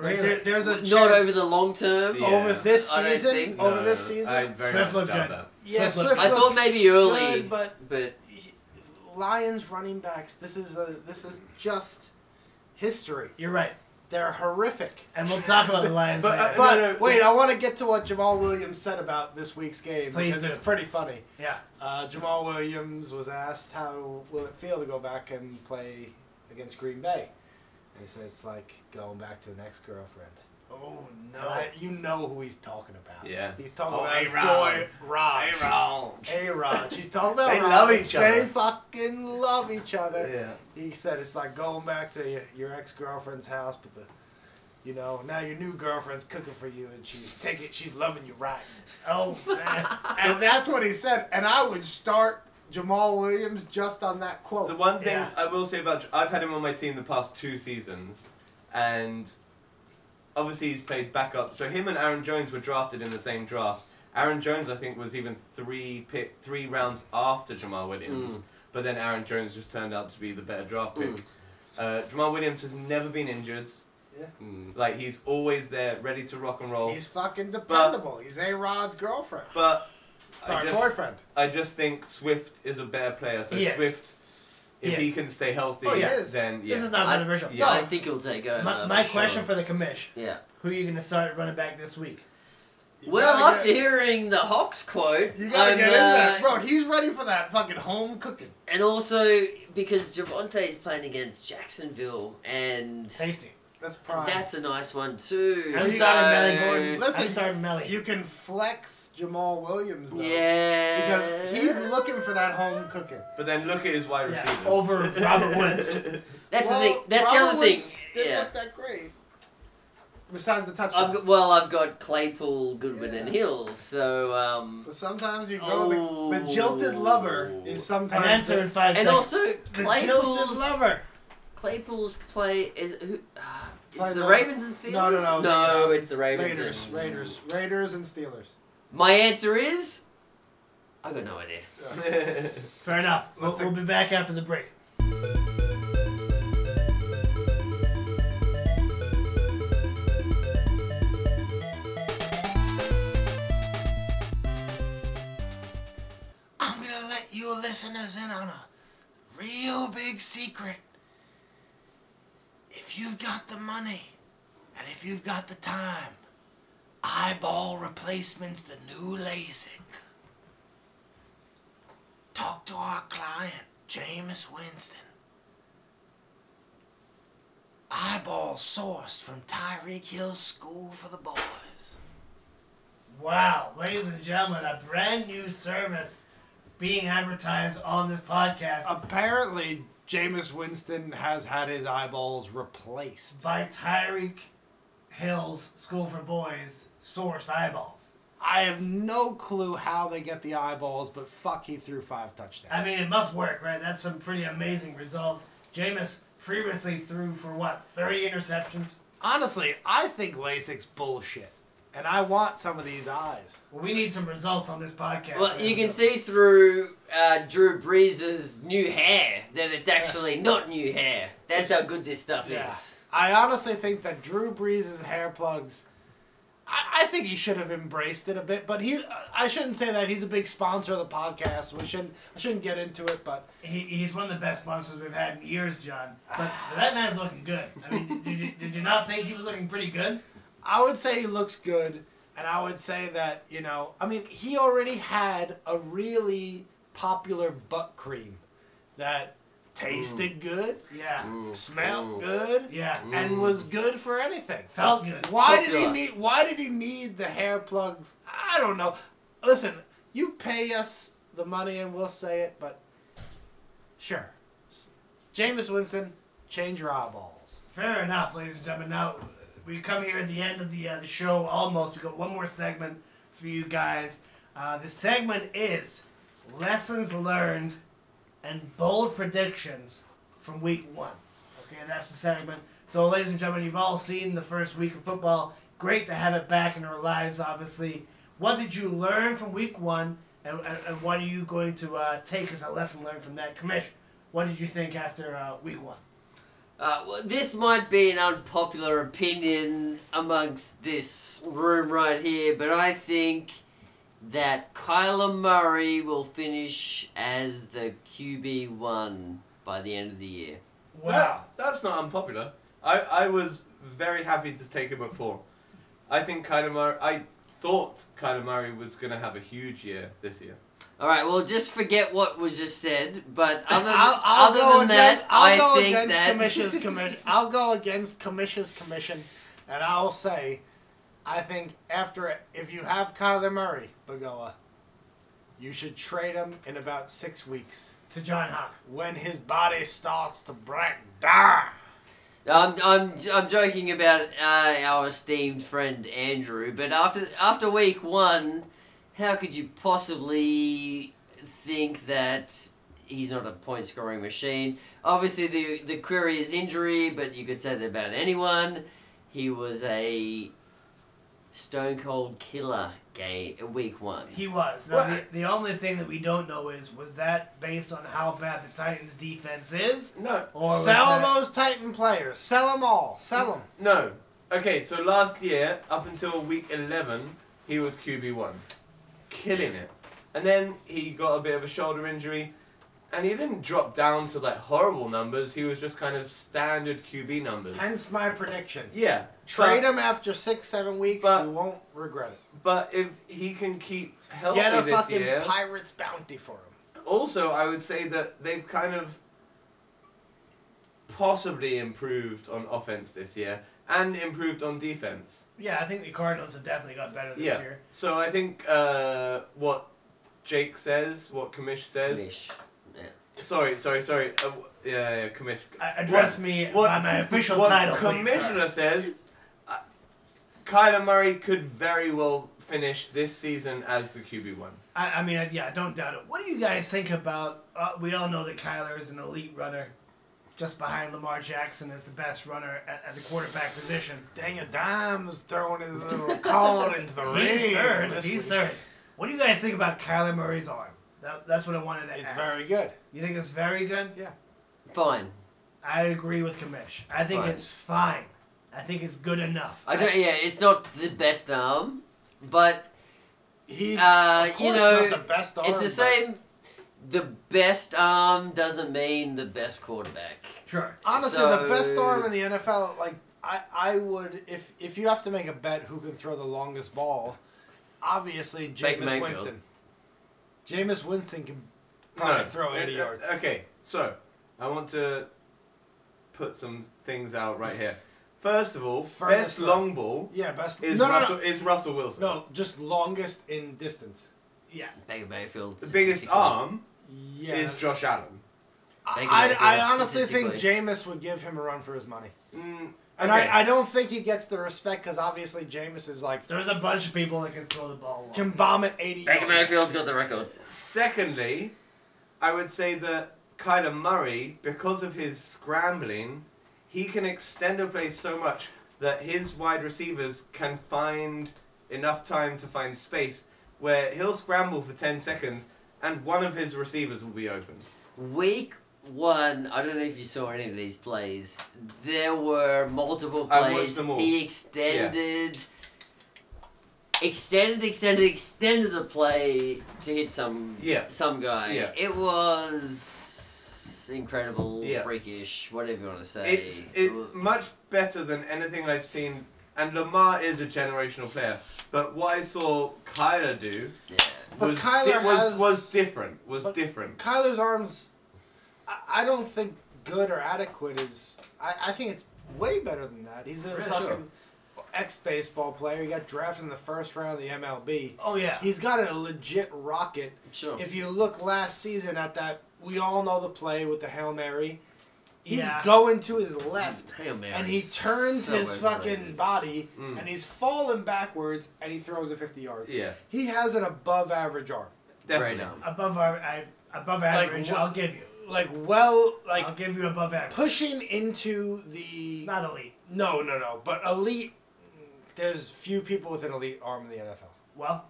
[SPEAKER 1] Like,
[SPEAKER 2] Really?
[SPEAKER 1] there- there's a
[SPEAKER 3] not
[SPEAKER 1] chance
[SPEAKER 3] over the long term.
[SPEAKER 4] Yeah.
[SPEAKER 1] over this
[SPEAKER 3] I don't
[SPEAKER 1] season.
[SPEAKER 3] think-
[SPEAKER 1] over
[SPEAKER 4] No,
[SPEAKER 1] this season.
[SPEAKER 4] I very
[SPEAKER 2] Smith
[SPEAKER 4] much
[SPEAKER 2] looked
[SPEAKER 4] doubt
[SPEAKER 2] good.
[SPEAKER 4] that.
[SPEAKER 1] yeah,
[SPEAKER 2] Swift
[SPEAKER 1] Swift.
[SPEAKER 2] looked-
[SPEAKER 3] I thought
[SPEAKER 1] looks
[SPEAKER 3] maybe early,
[SPEAKER 1] good, but
[SPEAKER 3] but
[SPEAKER 1] he- Lions running backs. This is a this is just history.
[SPEAKER 2] You're right.
[SPEAKER 1] They're horrific.
[SPEAKER 2] And we'll talk about the (laughs) Lions
[SPEAKER 4] But, uh,
[SPEAKER 2] later.
[SPEAKER 1] But
[SPEAKER 4] no, no,
[SPEAKER 1] wait,
[SPEAKER 4] no.
[SPEAKER 1] I want to get to what Jamal Williams said about this week's game
[SPEAKER 2] Please
[SPEAKER 1] because
[SPEAKER 2] do.
[SPEAKER 1] it's pretty funny.
[SPEAKER 2] yeah.
[SPEAKER 1] Uh, Jamal Williams was asked how will it feel to go back and play against Green Bay, and he said it's like going back to an ex-girlfriend.
[SPEAKER 2] Oh
[SPEAKER 1] And
[SPEAKER 2] (laughs)
[SPEAKER 1] I, you know who he's talking about.
[SPEAKER 4] Yeah.
[SPEAKER 1] He's talking
[SPEAKER 4] Oh,
[SPEAKER 1] about his
[SPEAKER 4] A-Rod.
[SPEAKER 1] boy Raj. A Rod. He's talking about
[SPEAKER 4] They
[SPEAKER 1] Raj.
[SPEAKER 4] love each
[SPEAKER 1] They
[SPEAKER 4] other.
[SPEAKER 1] fucking love each other.
[SPEAKER 4] Yeah.
[SPEAKER 1] He said it's like going back to your, your ex girlfriend's house, but the, you know, now your new girlfriend's cooking for you and she's taking, she's loving you right.
[SPEAKER 2] Oh. man.
[SPEAKER 1] And that's what he said. And I would start Jamal Williams just on that quote.
[SPEAKER 4] The one thing
[SPEAKER 2] Yeah.
[SPEAKER 4] I will say about I've had him on my team the past two seasons, and obviously he's played backup. So him and Aaron Jones were drafted in the same draft. Aaron Jones, I think, was even three pick, three rounds after Jamal Williams,
[SPEAKER 3] Mm.
[SPEAKER 4] but then Aaron Jones just turned out to be the better draft pick.
[SPEAKER 3] Mm.
[SPEAKER 4] Uh, Jamal Williams has never been injured.
[SPEAKER 3] Mm.
[SPEAKER 4] Like he's always there, ready to rock and roll.
[SPEAKER 1] He's fucking dependable. he's A Rod's girlfriend.
[SPEAKER 4] but I
[SPEAKER 1] Sorry,
[SPEAKER 4] just,
[SPEAKER 1] boyfriend.
[SPEAKER 4] I just think Swift is a better player. So
[SPEAKER 2] He is.
[SPEAKER 4] Swift, if he
[SPEAKER 2] Yes.
[SPEAKER 4] can stay healthy,
[SPEAKER 1] Oh, he is.
[SPEAKER 4] then yeah.
[SPEAKER 2] This is not
[SPEAKER 3] I-
[SPEAKER 2] controversial.
[SPEAKER 4] Yeah.
[SPEAKER 3] I think he'll take over.
[SPEAKER 2] My, my
[SPEAKER 3] for
[SPEAKER 2] question
[SPEAKER 3] sure.
[SPEAKER 2] for the commish:
[SPEAKER 3] yeah.
[SPEAKER 2] Who are you going to start running back this week?
[SPEAKER 1] You
[SPEAKER 3] well,
[SPEAKER 1] gotta
[SPEAKER 3] after
[SPEAKER 1] get-
[SPEAKER 3] hearing the Hawks quote,
[SPEAKER 1] You gotta
[SPEAKER 3] I'm,
[SPEAKER 1] get in there,
[SPEAKER 3] uh,
[SPEAKER 1] bro. He's ready for that fucking home cooking.
[SPEAKER 3] and also because Javante is playing against Jacksonville, and
[SPEAKER 2] Tasty.
[SPEAKER 1] That's prime.
[SPEAKER 3] that's a nice one too.
[SPEAKER 2] I'm
[SPEAKER 3] so,
[SPEAKER 2] sorry, Melly Gordon.
[SPEAKER 1] Listen,
[SPEAKER 2] I'm sorry, Melly.
[SPEAKER 1] you can flex Jamal Williams though,
[SPEAKER 3] yeah,
[SPEAKER 1] because he's looking for that home cooking.
[SPEAKER 4] But then look at his wide
[SPEAKER 2] Yeah,
[SPEAKER 4] receivers.
[SPEAKER 2] over
[SPEAKER 4] (laughs)
[SPEAKER 2] Robert Woods.
[SPEAKER 3] That's
[SPEAKER 1] well,
[SPEAKER 3] the thing. That's the
[SPEAKER 1] Robert
[SPEAKER 3] other thing.
[SPEAKER 1] Woods Didn't
[SPEAKER 3] Yeah.
[SPEAKER 1] look that great. Besides the touchdown.
[SPEAKER 3] I've got, well, I've got Claypool, Goodwin, and
[SPEAKER 1] Yeah.
[SPEAKER 3] Hill. So, um,
[SPEAKER 1] But sometimes you go the, the jilted lover is
[SPEAKER 2] An
[SPEAKER 1] sometimes
[SPEAKER 2] answer in
[SPEAKER 1] the,
[SPEAKER 2] five
[SPEAKER 3] and
[SPEAKER 2] seconds.
[SPEAKER 3] also
[SPEAKER 1] the jilted
[SPEAKER 3] Claypool's
[SPEAKER 1] lover.
[SPEAKER 3] Claypool's play is who. ah, Is
[SPEAKER 1] Play
[SPEAKER 3] it the
[SPEAKER 1] the-
[SPEAKER 3] Ravens and Steelers?
[SPEAKER 1] No, no, no, the, uh,
[SPEAKER 3] it's the Ravens.
[SPEAKER 1] Raiders,
[SPEAKER 3] and-
[SPEAKER 1] Raiders, Raiders, and Steelers.
[SPEAKER 3] My answer is, I got no idea.
[SPEAKER 2] Fair enough. We'll,
[SPEAKER 1] Let the-
[SPEAKER 2] we'll be back after the break.
[SPEAKER 1] I'm gonna let you listeners in on a real big secret. If you've got the money and if you've got the time, eyeball replacement's the new LASIK. Talk to our client, James Winston. Eyeball sourced from Tyreek Hill's School for the Boys.
[SPEAKER 2] Wow, ladies and gentlemen, a brand new service being advertised on this podcast
[SPEAKER 1] Apparently, Jameis Winston has had his eyeballs replaced.
[SPEAKER 2] by Tyreek Hill's School for Boys sourced eyeballs.
[SPEAKER 1] I have no clue how they get the eyeballs, but fuck, he threw five touchdowns.
[SPEAKER 2] I mean, it must work, right? That's some pretty amazing results. Jameis previously threw for what, 30 interceptions?
[SPEAKER 1] Honestly, I think LASIK's bullshit, and I want some of these eyes.
[SPEAKER 2] Well, we need some results on this podcast.
[SPEAKER 3] Well, you can see through uh, Drew Brees' new hair that it's actually not new hair. That's how good this stuff is.
[SPEAKER 1] I honestly think that Drew Brees' hair plugs. I, I think he should have embraced it a bit, but he. I shouldn't say that. He's a big sponsor of the podcast. We shouldn't. I shouldn't get into it, but
[SPEAKER 2] He, he's one of the best sponsors we've had in years, John. But that man's looking good. I mean, did you, did you not think he was looking pretty good?
[SPEAKER 1] I would say he looks good, and I would say that you know, I mean, he already had a really popular butt cream that tasted good,
[SPEAKER 2] Yeah.
[SPEAKER 1] smelled good,
[SPEAKER 2] Yeah.
[SPEAKER 1] and was good for anything.
[SPEAKER 2] Felt good.
[SPEAKER 1] Why did he
[SPEAKER 3] Popular.
[SPEAKER 1] need? Why did he need the hair plugs? I don't know. Listen, you pay us the money, and we'll say it, but sure, Jameis Winston, change your eyeballs.
[SPEAKER 2] Fair enough, ladies and gentlemen. Now we come here at the end of the uh, the show. Almost, we got one more segment for you guys. Uh, the segment is lessons learned and bold predictions from week one. Okay, that's the segment. So, ladies and gentlemen, you've all seen the first week of football. Great to have it back in our lives, obviously. What did you learn from week one, and, and, and what are you going to uh, take as a lesson learned from that commission? What did you think after uh, week one?
[SPEAKER 3] Uh, well, this might be an unpopular opinion amongst this room right here, but I think that Kyler Murray will finish as the QB1 by the end of the year.
[SPEAKER 4] Wow, that's not unpopular. I, I was very happy to take him at four. I think Kyler Murray. I thought Kyler Murray was going to have a huge year this year.
[SPEAKER 3] All right, well, just forget what was just said, but other,
[SPEAKER 1] (laughs) I'll, I'll
[SPEAKER 3] other
[SPEAKER 1] go
[SPEAKER 3] than
[SPEAKER 1] against,
[SPEAKER 3] that,
[SPEAKER 1] I'll
[SPEAKER 3] I
[SPEAKER 1] go
[SPEAKER 3] think
[SPEAKER 1] against
[SPEAKER 3] that... (laughs)
[SPEAKER 1] Commission's commission. I'll go against Commission's commission, and I'll say, I think after it, if you have Kyler Murray, Bagoa, you should trade him in about six weeks
[SPEAKER 2] to John Hawk.
[SPEAKER 1] when his body starts to break down.
[SPEAKER 3] I'm, I'm, I'm joking about uh, our esteemed friend Andrew, but after after week one, how could you possibly think that he's not a point scoring machine? Obviously, the the query is injury, but you could say that about anyone. He was a stone cold killer game week one.
[SPEAKER 2] He was. Now,
[SPEAKER 1] Well,
[SPEAKER 2] the, the only thing that we don't know is was that based on how bad the Titans' defense is,
[SPEAKER 4] No,
[SPEAKER 2] or was
[SPEAKER 1] Sell
[SPEAKER 2] that-
[SPEAKER 1] those Titan players. Sell them all. Sell them.
[SPEAKER 4] no. Okay, so last year up until week eleven, he was QB one, killing it, and then he got a bit of a shoulder injury, And he didn't drop down to like horrible numbers. He was just kind of standard QB numbers.
[SPEAKER 1] Hence my prediction.
[SPEAKER 4] Yeah.
[SPEAKER 1] Trade
[SPEAKER 4] but,
[SPEAKER 1] him after six, seven weeks.
[SPEAKER 4] but-
[SPEAKER 1] you won't regret it.
[SPEAKER 4] But if he can keep healthy
[SPEAKER 1] Get a
[SPEAKER 4] this
[SPEAKER 1] fucking
[SPEAKER 4] year,
[SPEAKER 1] Pirates bounty for him.
[SPEAKER 4] also I would say that they've kind of possibly improved on offense this year and improved on defense.
[SPEAKER 2] Yeah, I think the Cardinals have definitely got better this
[SPEAKER 4] yeah.
[SPEAKER 2] year.
[SPEAKER 4] So I think uh, what Jake says, what Kamish says.
[SPEAKER 3] Mish. Yeah.
[SPEAKER 4] Sorry, sorry, sorry. Uh, w- yeah, yeah, Kamish.
[SPEAKER 2] I- Address me
[SPEAKER 4] What-
[SPEAKER 2] by my official
[SPEAKER 4] what
[SPEAKER 2] title,
[SPEAKER 4] Commissioner
[SPEAKER 2] please.
[SPEAKER 4] says, uh, Kyler Murray could very well finish this season as the QB one.
[SPEAKER 2] I, I mean, I- yeah, I don't doubt it. What do you guys think about? Uh, we all know that Kyler is an elite runner, just behind Lamar Jackson as the best runner at, at the quarterback position.
[SPEAKER 1] Daniel Dimes throwing his little call into the ring.
[SPEAKER 2] (laughs) He's third.
[SPEAKER 1] this
[SPEAKER 2] He's
[SPEAKER 1] week.
[SPEAKER 2] third. What do you guys think about Kyler Murray's arm? That, that's what I wanted to
[SPEAKER 1] It's
[SPEAKER 2] ask.
[SPEAKER 1] very good.
[SPEAKER 2] You think it's very good?
[SPEAKER 3] Fine.
[SPEAKER 2] I agree with Kamish. I think
[SPEAKER 3] Fine.
[SPEAKER 2] it's fine. I think it's good enough.
[SPEAKER 3] I don't. Yeah, it's not the best arm, but
[SPEAKER 1] He,
[SPEAKER 3] Uh,
[SPEAKER 1] of
[SPEAKER 3] you
[SPEAKER 1] course
[SPEAKER 3] know,
[SPEAKER 1] not the best arm,
[SPEAKER 3] it's the
[SPEAKER 1] but
[SPEAKER 3] same. The best arm doesn't mean the best quarterback.
[SPEAKER 2] Sure.
[SPEAKER 1] Honestly,
[SPEAKER 3] So-
[SPEAKER 1] the best arm in the NFL, like I, I would if if you have to make a bet who can throw the longest ball, obviously
[SPEAKER 3] Baker
[SPEAKER 1] Jameis
[SPEAKER 3] Mayfield.
[SPEAKER 1] Winston. Jameis Winston can probably throw
[SPEAKER 4] uh,
[SPEAKER 1] 80
[SPEAKER 4] uh,
[SPEAKER 1] yards.
[SPEAKER 4] Okay, so I want to put some things out right here. First of all,
[SPEAKER 1] Furthest
[SPEAKER 4] best
[SPEAKER 1] up.
[SPEAKER 4] long ball
[SPEAKER 1] yeah, best.
[SPEAKER 4] is
[SPEAKER 1] no, no,
[SPEAKER 4] Russell
[SPEAKER 1] no,
[SPEAKER 4] is Russell Wilson.
[SPEAKER 1] no, just longest in distance.
[SPEAKER 2] Yeah.
[SPEAKER 3] Baker Mayfield.
[SPEAKER 4] the biggest
[SPEAKER 3] statistically.
[SPEAKER 4] arm
[SPEAKER 1] Yeah,
[SPEAKER 4] is Josh Allen.
[SPEAKER 1] I,
[SPEAKER 3] Baker
[SPEAKER 1] I, I
[SPEAKER 3] Mayfield,
[SPEAKER 1] honestly think
[SPEAKER 3] statistically.
[SPEAKER 1] Jameis would give him a run for his money,
[SPEAKER 4] Mm,
[SPEAKER 1] and
[SPEAKER 4] okay.
[SPEAKER 1] I, I don't think he gets the respect because obviously Jameis is like
[SPEAKER 2] There's a bunch of people that can throw the ball. Long.
[SPEAKER 1] can bomb at 80
[SPEAKER 3] Baker
[SPEAKER 1] yards.
[SPEAKER 3] Mayfield's got the record.
[SPEAKER 4] Secondly, I would say that Kyler Murray, because of his scrambling, he can extend a play so much that his wide receivers can find enough time to find space where he'll scramble for 10 seconds and one of his receivers will be open.
[SPEAKER 3] Week one, I don't know if you saw any of these plays. There were multiple
[SPEAKER 4] I watched
[SPEAKER 3] plays.
[SPEAKER 4] them all.
[SPEAKER 3] He extended, extended, extended, extended the play to hit some
[SPEAKER 4] Yeah.
[SPEAKER 3] some guy.
[SPEAKER 4] Yeah.
[SPEAKER 3] It was incredible,
[SPEAKER 4] Yeah.
[SPEAKER 3] freakish, whatever you want to say.
[SPEAKER 4] It's, it's much better than anything I've seen. And Lamar is a generational player, but what I saw Kyler do
[SPEAKER 3] yeah.
[SPEAKER 1] But
[SPEAKER 4] was,
[SPEAKER 1] Kyler
[SPEAKER 4] di- was,
[SPEAKER 1] has-
[SPEAKER 4] was different. Was
[SPEAKER 1] But-
[SPEAKER 4] different.
[SPEAKER 1] Kyler's arms, I, I don't think good or adequate is. I, I think it's way better than that. He's a
[SPEAKER 3] Yeah,
[SPEAKER 1] fucking ex baseball player. He got drafted in the first round of the MLB.
[SPEAKER 2] Oh yeah.
[SPEAKER 1] He's got a legit rocket.
[SPEAKER 3] Sure.
[SPEAKER 1] If you look last season at that, we all know the play with the Hail Mary. He's
[SPEAKER 2] yeah.
[SPEAKER 1] going to his left.
[SPEAKER 3] Hail Mary
[SPEAKER 1] And he
[SPEAKER 3] is
[SPEAKER 1] turns
[SPEAKER 3] so
[SPEAKER 1] his fucking
[SPEAKER 3] overrated.
[SPEAKER 1] body,
[SPEAKER 4] Mm.
[SPEAKER 1] and he's falling backwards, and he throws it 50 yards.
[SPEAKER 4] Yeah,
[SPEAKER 1] He has an above-average arm.
[SPEAKER 4] definitely.
[SPEAKER 3] Great arm.
[SPEAKER 2] above our I, above average.
[SPEAKER 1] wha-
[SPEAKER 2] I'll give you.
[SPEAKER 1] Like, well, like,
[SPEAKER 2] I'll give you above average.
[SPEAKER 1] pushing into the
[SPEAKER 2] It's not elite.
[SPEAKER 1] no no no but elite there's few people with an elite arm in the nfl
[SPEAKER 2] Well,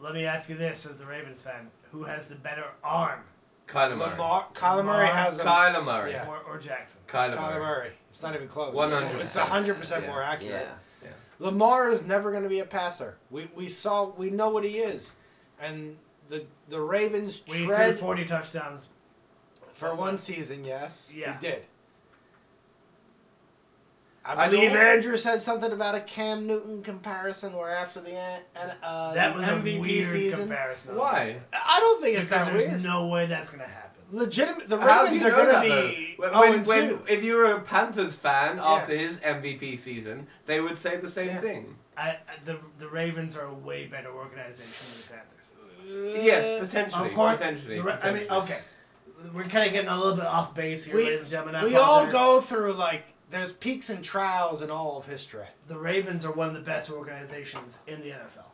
[SPEAKER 2] let me ask you this: as the Ravens fan, who has the better arm,
[SPEAKER 4] Kyler Murray.
[SPEAKER 1] lamar kyler murray has a
[SPEAKER 4] Kyler Murray.
[SPEAKER 1] Yeah.
[SPEAKER 2] or, or Jackson?
[SPEAKER 4] Kyler,
[SPEAKER 1] kyler
[SPEAKER 4] Murray.
[SPEAKER 1] murray it's not even close
[SPEAKER 4] 100%.
[SPEAKER 1] it's 100% more accurate
[SPEAKER 3] Yeah.
[SPEAKER 1] lamar is never going to be a passer we, we saw we know what he is and the the ravens
[SPEAKER 2] We
[SPEAKER 1] tread
[SPEAKER 2] threw 40 touchdowns.
[SPEAKER 1] for one season yes
[SPEAKER 2] Yeah.
[SPEAKER 1] he did
[SPEAKER 4] I
[SPEAKER 1] I believe
[SPEAKER 4] don't-
[SPEAKER 1] Andrew said something about a Cam Newton comparison where after the, uh, uh,
[SPEAKER 2] That
[SPEAKER 1] the
[SPEAKER 2] was
[SPEAKER 1] MVP
[SPEAKER 2] a weird
[SPEAKER 1] season.
[SPEAKER 2] comparison.
[SPEAKER 4] Why?
[SPEAKER 1] I don't think
[SPEAKER 2] Because
[SPEAKER 1] it's that
[SPEAKER 2] there's
[SPEAKER 1] weird.
[SPEAKER 2] no way that's gonna happen.
[SPEAKER 1] Legitimate. The
[SPEAKER 4] How do
[SPEAKER 1] Ravens
[SPEAKER 4] you
[SPEAKER 1] are
[SPEAKER 4] know
[SPEAKER 1] going
[SPEAKER 4] that,
[SPEAKER 1] to be
[SPEAKER 4] though?
[SPEAKER 1] oh
[SPEAKER 4] When,
[SPEAKER 1] and
[SPEAKER 4] when,
[SPEAKER 1] two.
[SPEAKER 4] if you were a Panthers fan
[SPEAKER 1] Yeah.
[SPEAKER 4] after his MVP season, they would say the same
[SPEAKER 1] Yeah.
[SPEAKER 4] thing.
[SPEAKER 2] I, I- the the Ravens are a way better organization than the Panthers.
[SPEAKER 4] yes,
[SPEAKER 1] Uh,
[SPEAKER 4] potentially.
[SPEAKER 2] Of course,
[SPEAKER 4] potentially,
[SPEAKER 2] the Ra- I mean,
[SPEAKER 4] potentially.
[SPEAKER 2] okay, we're kind of getting a little bit off base here,
[SPEAKER 1] We-
[SPEAKER 2] ladies and gentlemen. I
[SPEAKER 1] we all
[SPEAKER 2] apologize.
[SPEAKER 1] go through like there's peaks and trials in all of history.
[SPEAKER 2] the Ravens are one of the best organizations in the NFL.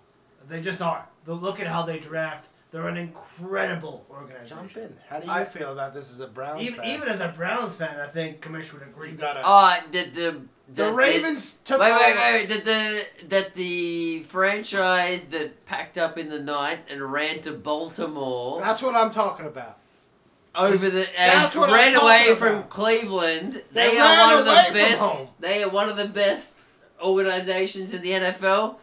[SPEAKER 2] They just are. The look at how they draft. They're an incredible organization.
[SPEAKER 1] Jump in. How do you
[SPEAKER 4] I-
[SPEAKER 1] feel about this as a Browns
[SPEAKER 2] Even,
[SPEAKER 1] fan?
[SPEAKER 2] even as a Browns fan, I think Commish would agree.
[SPEAKER 1] you gotta.
[SPEAKER 3] Oh, the the
[SPEAKER 1] the, Ravens took.
[SPEAKER 3] wait, wait,
[SPEAKER 1] over-
[SPEAKER 3] wait, That the that the franchise that packed up in the night and ran to Baltimore
[SPEAKER 1] That's what I'm talking about.
[SPEAKER 3] over the and
[SPEAKER 1] That's what I'm
[SPEAKER 3] ran
[SPEAKER 1] talking
[SPEAKER 3] away from
[SPEAKER 1] about.
[SPEAKER 3] Cleveland.
[SPEAKER 1] They
[SPEAKER 3] They, are
[SPEAKER 1] ran
[SPEAKER 3] one of the
[SPEAKER 1] away from home.
[SPEAKER 3] best. They are one of the best organizations in the NFL.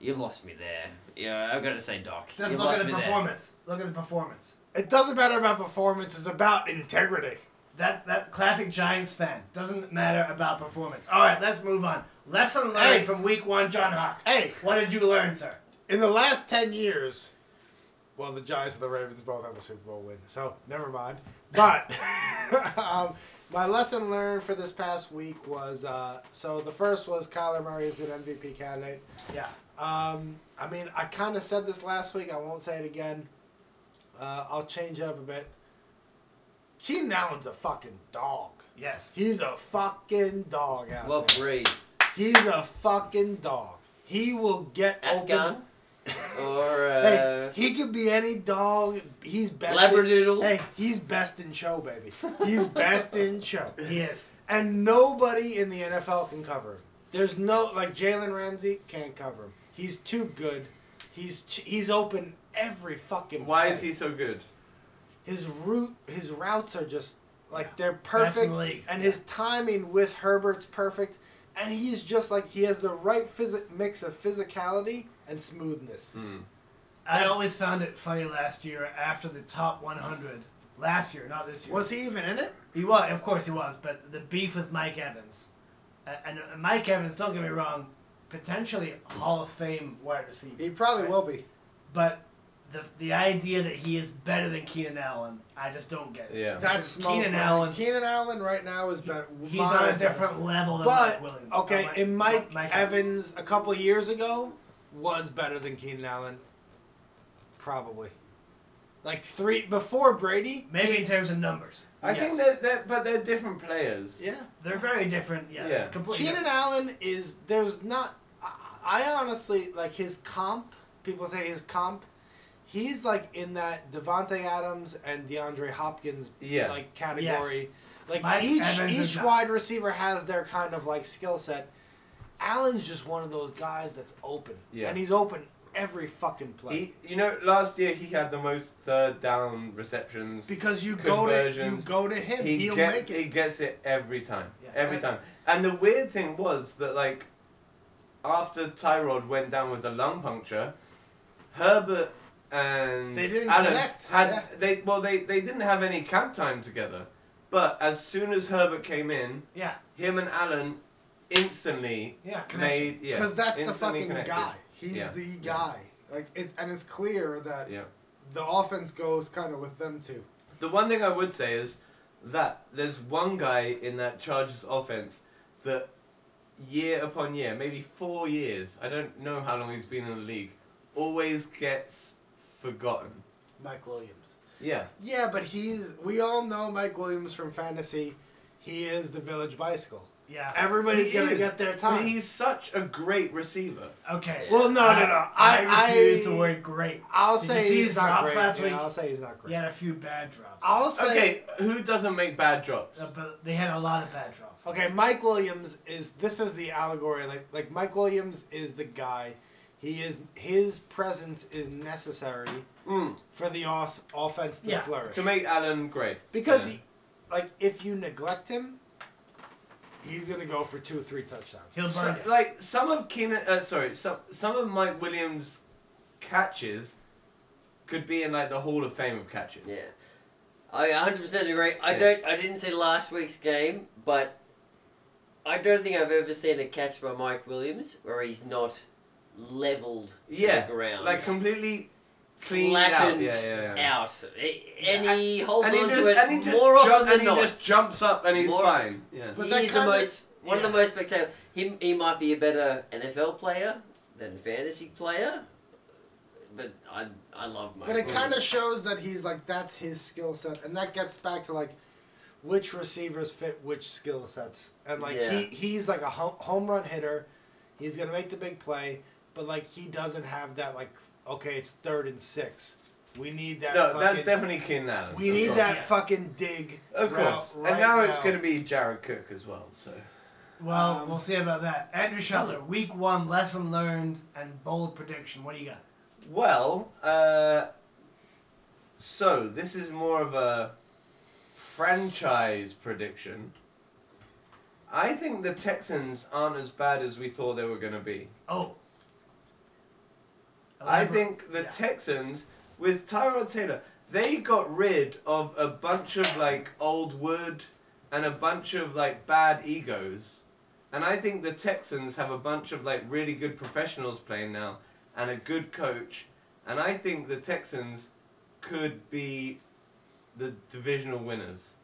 [SPEAKER 3] You've lost me there. Yeah, I've got to say, Doc.
[SPEAKER 2] Just
[SPEAKER 3] You've
[SPEAKER 2] look
[SPEAKER 3] lost
[SPEAKER 2] at the
[SPEAKER 3] me there.
[SPEAKER 2] performance. Look at the performance.
[SPEAKER 1] It doesn't matter about performance. It's about integrity.
[SPEAKER 2] That that classic Giants fan doesn't matter about performance. All right, let's move on. Lesson learned
[SPEAKER 1] Hey.
[SPEAKER 2] from Week One, John Hawk.
[SPEAKER 1] Hey.
[SPEAKER 2] what did you learn, sir?
[SPEAKER 1] In the last ten years, well, the Giants and the Ravens both have a Super Bowl win, so never mind. But (laughs) um, my lesson learned for this past week was uh, so the first was Kyler Murray is an MVP candidate.
[SPEAKER 2] Yeah,
[SPEAKER 1] Um, I mean, I kind of said this last week. I won't say it again. Uh, I'll change it up a bit. Keenan Allen's a fucking dog.
[SPEAKER 2] yes.
[SPEAKER 1] He's a fucking dog out
[SPEAKER 3] What
[SPEAKER 1] there.
[SPEAKER 3] breed?
[SPEAKER 1] He's a fucking dog. He will get
[SPEAKER 3] Afghan?
[SPEAKER 1] open.
[SPEAKER 3] or uh,
[SPEAKER 1] Hey, he could be any dog. He's best.
[SPEAKER 3] Labradoodle?
[SPEAKER 1] In, hey, he's best in show, baby. He's best in show,
[SPEAKER 2] He is.
[SPEAKER 1] and nobody in the NFL can cover him. There's no like Jalen Ramsey can't cover him. He's too good. He's ch- he's open every fucking.
[SPEAKER 4] Why
[SPEAKER 1] play.
[SPEAKER 4] is he so good?
[SPEAKER 1] His route, his routes are just like
[SPEAKER 2] Yeah.
[SPEAKER 1] they're
[SPEAKER 2] Best in
[SPEAKER 1] perfect,
[SPEAKER 2] the league.
[SPEAKER 1] and his timing with Herbert's perfect, and he's just like he has the right phys- mix of physicality and smoothness.
[SPEAKER 2] I always found it funny last year after the top 100. Last year, not this year.
[SPEAKER 1] Was he even in it?
[SPEAKER 2] He was, of course, he was. But the beef with Mike Evans, Uh, and uh, Mike Evans, don't get me wrong, potentially Hall of Fame wide receiver.
[SPEAKER 1] He probably
[SPEAKER 2] right?
[SPEAKER 1] will be.
[SPEAKER 2] But the the idea that he is better than Keenan Allen, I just don't get it.
[SPEAKER 4] Yeah.
[SPEAKER 1] That's smoke.
[SPEAKER 2] Keenan
[SPEAKER 1] right?
[SPEAKER 2] Allen.
[SPEAKER 1] Keenan Allen right now is better.
[SPEAKER 2] He's on a different level than Mike
[SPEAKER 1] But
[SPEAKER 2] Williams.
[SPEAKER 1] okay,
[SPEAKER 2] Uh, Mike-
[SPEAKER 1] and Mike,
[SPEAKER 2] Mike
[SPEAKER 1] Evans a couple years ago was better than Keenan Allen. Probably, like three before Brady.
[SPEAKER 2] Maybe in terms of numbers,
[SPEAKER 4] I think
[SPEAKER 1] Yes.
[SPEAKER 4] they're, they're but they're different players.
[SPEAKER 1] Yeah.
[SPEAKER 2] they're very different. Yeah,
[SPEAKER 4] Yeah.
[SPEAKER 2] completely.
[SPEAKER 1] Keenan
[SPEAKER 2] different.
[SPEAKER 1] Allen is there's not. I, I honestly like his comp. People say his comp. He's like in that Devonte Adams and DeAndre Hopkins
[SPEAKER 4] Yeah.
[SPEAKER 1] like category.
[SPEAKER 2] Yes.
[SPEAKER 1] Like
[SPEAKER 2] Mike
[SPEAKER 1] each
[SPEAKER 2] Evans is
[SPEAKER 1] each
[SPEAKER 2] not.
[SPEAKER 1] wide receiver has their kind of like skill set. Allen's just one of those guys that's open,
[SPEAKER 4] Yeah.
[SPEAKER 1] and he's open every fucking play.
[SPEAKER 4] He, you know, last year he had the most third down receptions.
[SPEAKER 1] because you go to you
[SPEAKER 4] Conversions.
[SPEAKER 1] go to him,
[SPEAKER 4] he
[SPEAKER 1] he will
[SPEAKER 4] gets
[SPEAKER 1] make it.
[SPEAKER 4] he gets it every time.
[SPEAKER 2] Yeah.
[SPEAKER 4] Every time. And the weird thing was that like after Tyrod went down with the lung puncture, Herbert and
[SPEAKER 1] They didn't
[SPEAKER 4] Allen
[SPEAKER 1] connect,
[SPEAKER 4] had
[SPEAKER 1] yeah.
[SPEAKER 4] they well they, they didn't have any camp time together. But as soon as Herbert came in,
[SPEAKER 2] Yeah,
[SPEAKER 4] him and Allen instantly
[SPEAKER 2] yeah, connection.
[SPEAKER 4] made yeah
[SPEAKER 1] Because that's the
[SPEAKER 4] instantly
[SPEAKER 1] fucking
[SPEAKER 4] connected.
[SPEAKER 1] guy. He's
[SPEAKER 4] Yeah.
[SPEAKER 1] the
[SPEAKER 4] Yeah.
[SPEAKER 1] guy. Like it's and it's clear that
[SPEAKER 4] Yeah.
[SPEAKER 1] the offense goes kind of with them too.
[SPEAKER 4] The one thing I would say is that there's one guy in that Chargers offense that year upon year, maybe four years, I don't know how long he's been in the league, always gets forgotten.
[SPEAKER 1] Mike Williams.
[SPEAKER 4] Yeah.
[SPEAKER 1] Yeah, but he's we all know Mike Williams from fantasy. He is the village bicycle.
[SPEAKER 2] Yeah.
[SPEAKER 1] Everybody's
[SPEAKER 4] He
[SPEAKER 1] gonna
[SPEAKER 4] is.
[SPEAKER 1] get their
[SPEAKER 4] But
[SPEAKER 1] time.
[SPEAKER 4] he's such a great receiver.
[SPEAKER 2] okay.
[SPEAKER 1] Well, no, no, no. I-
[SPEAKER 2] I refuse
[SPEAKER 1] I-
[SPEAKER 2] the word great.
[SPEAKER 1] I'll
[SPEAKER 2] Did
[SPEAKER 1] say
[SPEAKER 2] you see
[SPEAKER 1] he's
[SPEAKER 2] his
[SPEAKER 1] not
[SPEAKER 2] drops
[SPEAKER 1] great.
[SPEAKER 2] last
[SPEAKER 1] Yeah,
[SPEAKER 2] week?
[SPEAKER 1] I'll say he's not great.
[SPEAKER 2] He had a few bad drops.
[SPEAKER 1] I'll say
[SPEAKER 4] Okay, who doesn't make bad drops?
[SPEAKER 2] Uh, but they had a lot of bad drops.
[SPEAKER 1] Okay, Mike Williams is this is the allegory. Like like Mike Williams is the guy. He is his presence is necessary
[SPEAKER 4] Mm,
[SPEAKER 1] for the os- offense to
[SPEAKER 2] Yeah.
[SPEAKER 1] flourish.
[SPEAKER 4] to make Allen great.
[SPEAKER 1] Because
[SPEAKER 4] Yeah.
[SPEAKER 1] he, like, if you neglect him, he's gonna go for two or three touchdowns.
[SPEAKER 2] He'll burn
[SPEAKER 4] So-
[SPEAKER 2] you.
[SPEAKER 4] like some of Keenan, uh, sorry, some some of Mike Williams' catches could be in like the Hall of Fame of catches.
[SPEAKER 3] Yeah, I 100 percent agree. I
[SPEAKER 4] Yeah.
[SPEAKER 3] don't. I didn't see last week's game, but I don't think I've ever seen a catch by Mike Williams where he's not leveled to
[SPEAKER 4] Yeah,
[SPEAKER 3] the ground,
[SPEAKER 4] like completely cleaned out.
[SPEAKER 3] flattened
[SPEAKER 4] Yeah, yeah, yeah.
[SPEAKER 3] out, A- and he holds
[SPEAKER 4] And he
[SPEAKER 3] on
[SPEAKER 4] just,
[SPEAKER 3] to it
[SPEAKER 4] and he just
[SPEAKER 3] more often
[SPEAKER 4] jump-
[SPEAKER 3] than
[SPEAKER 4] and he
[SPEAKER 3] not.
[SPEAKER 4] just jumps up and he's
[SPEAKER 3] More-
[SPEAKER 4] fine. Yeah.
[SPEAKER 1] But that
[SPEAKER 3] he's the
[SPEAKER 1] kinda-
[SPEAKER 3] most one of
[SPEAKER 1] yeah.
[SPEAKER 3] the most spectacular. He he might be a better NFL player than fantasy player, but I I love Mike.
[SPEAKER 1] But it
[SPEAKER 3] Williams.
[SPEAKER 1] kind of shows that he's like that's his skill set, and that gets back to like which receivers fit which skill sets, and like he
[SPEAKER 3] Yeah.
[SPEAKER 1] he's like a ho- home run hitter. He's gonna make the big play, but like he doesn't have that like okay, it's third and six. We need that.
[SPEAKER 4] No,
[SPEAKER 1] fucking,
[SPEAKER 4] that's definitely Keenan Allen.
[SPEAKER 1] We
[SPEAKER 4] of
[SPEAKER 1] need
[SPEAKER 4] course.
[SPEAKER 1] that
[SPEAKER 2] Yeah.
[SPEAKER 1] fucking dig.
[SPEAKER 4] Of
[SPEAKER 1] route
[SPEAKER 4] course.
[SPEAKER 1] right
[SPEAKER 4] and now, it's going to be Jared Cook as well. So
[SPEAKER 2] Well,
[SPEAKER 1] Um, hmm.
[SPEAKER 2] we'll see about that. Andrew Shuttler, week one, lesson learned and bold prediction. What do you got?
[SPEAKER 4] well, uh, so this is more of a franchise prediction. I think the Texans aren't as bad as we thought they were going to be.
[SPEAKER 2] Oh.
[SPEAKER 4] I
[SPEAKER 2] Elaborate.
[SPEAKER 4] think the
[SPEAKER 2] Yeah.
[SPEAKER 4] Texans with Tyrod Taylor. they got rid of a bunch of like old wood and a bunch of like bad egos. And I think the Texans have a bunch of like really good professionals playing now and a good coach. And I think the Texans could be the divisional winners.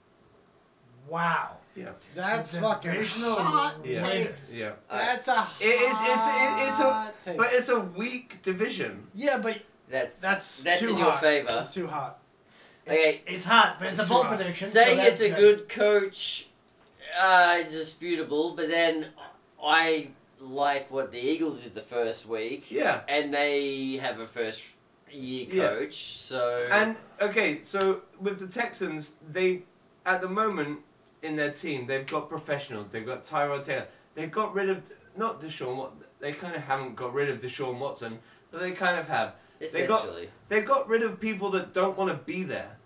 [SPEAKER 2] Wow.
[SPEAKER 4] Yeah.
[SPEAKER 1] That's
[SPEAKER 2] It's
[SPEAKER 1] fucking
[SPEAKER 2] original.
[SPEAKER 1] hot
[SPEAKER 4] Yeah.
[SPEAKER 1] take.
[SPEAKER 4] Yeah.
[SPEAKER 3] Uh,
[SPEAKER 1] That's a hot
[SPEAKER 4] It is it's it's
[SPEAKER 1] hot
[SPEAKER 4] it's a
[SPEAKER 1] take.
[SPEAKER 4] but it's a weak division.
[SPEAKER 1] yeah, but
[SPEAKER 3] That's
[SPEAKER 1] that's
[SPEAKER 3] that's, that's
[SPEAKER 1] too
[SPEAKER 3] in your
[SPEAKER 1] hot.
[SPEAKER 3] favour.
[SPEAKER 1] It's too hot.
[SPEAKER 3] Okay,
[SPEAKER 2] It's hot, but it's a
[SPEAKER 1] It's
[SPEAKER 2] bold
[SPEAKER 1] hot.
[SPEAKER 2] prediction. so
[SPEAKER 3] saying
[SPEAKER 2] that's
[SPEAKER 3] it's a good coach uh, is disputable, but then I like what the Eagles did the first week,
[SPEAKER 4] Yeah.
[SPEAKER 3] and they have a first year
[SPEAKER 4] Yeah.
[SPEAKER 3] coach, so
[SPEAKER 4] And okay, so with the Texans, they at the moment in their team they've got professionals. They've got Tyrod Taylor. They've got rid of not Deshaun. Wat- They kind of haven't got rid of Deshaun Watson, but they kind of have. They got-
[SPEAKER 3] essentially,
[SPEAKER 4] They got rid of people that don't want to be there.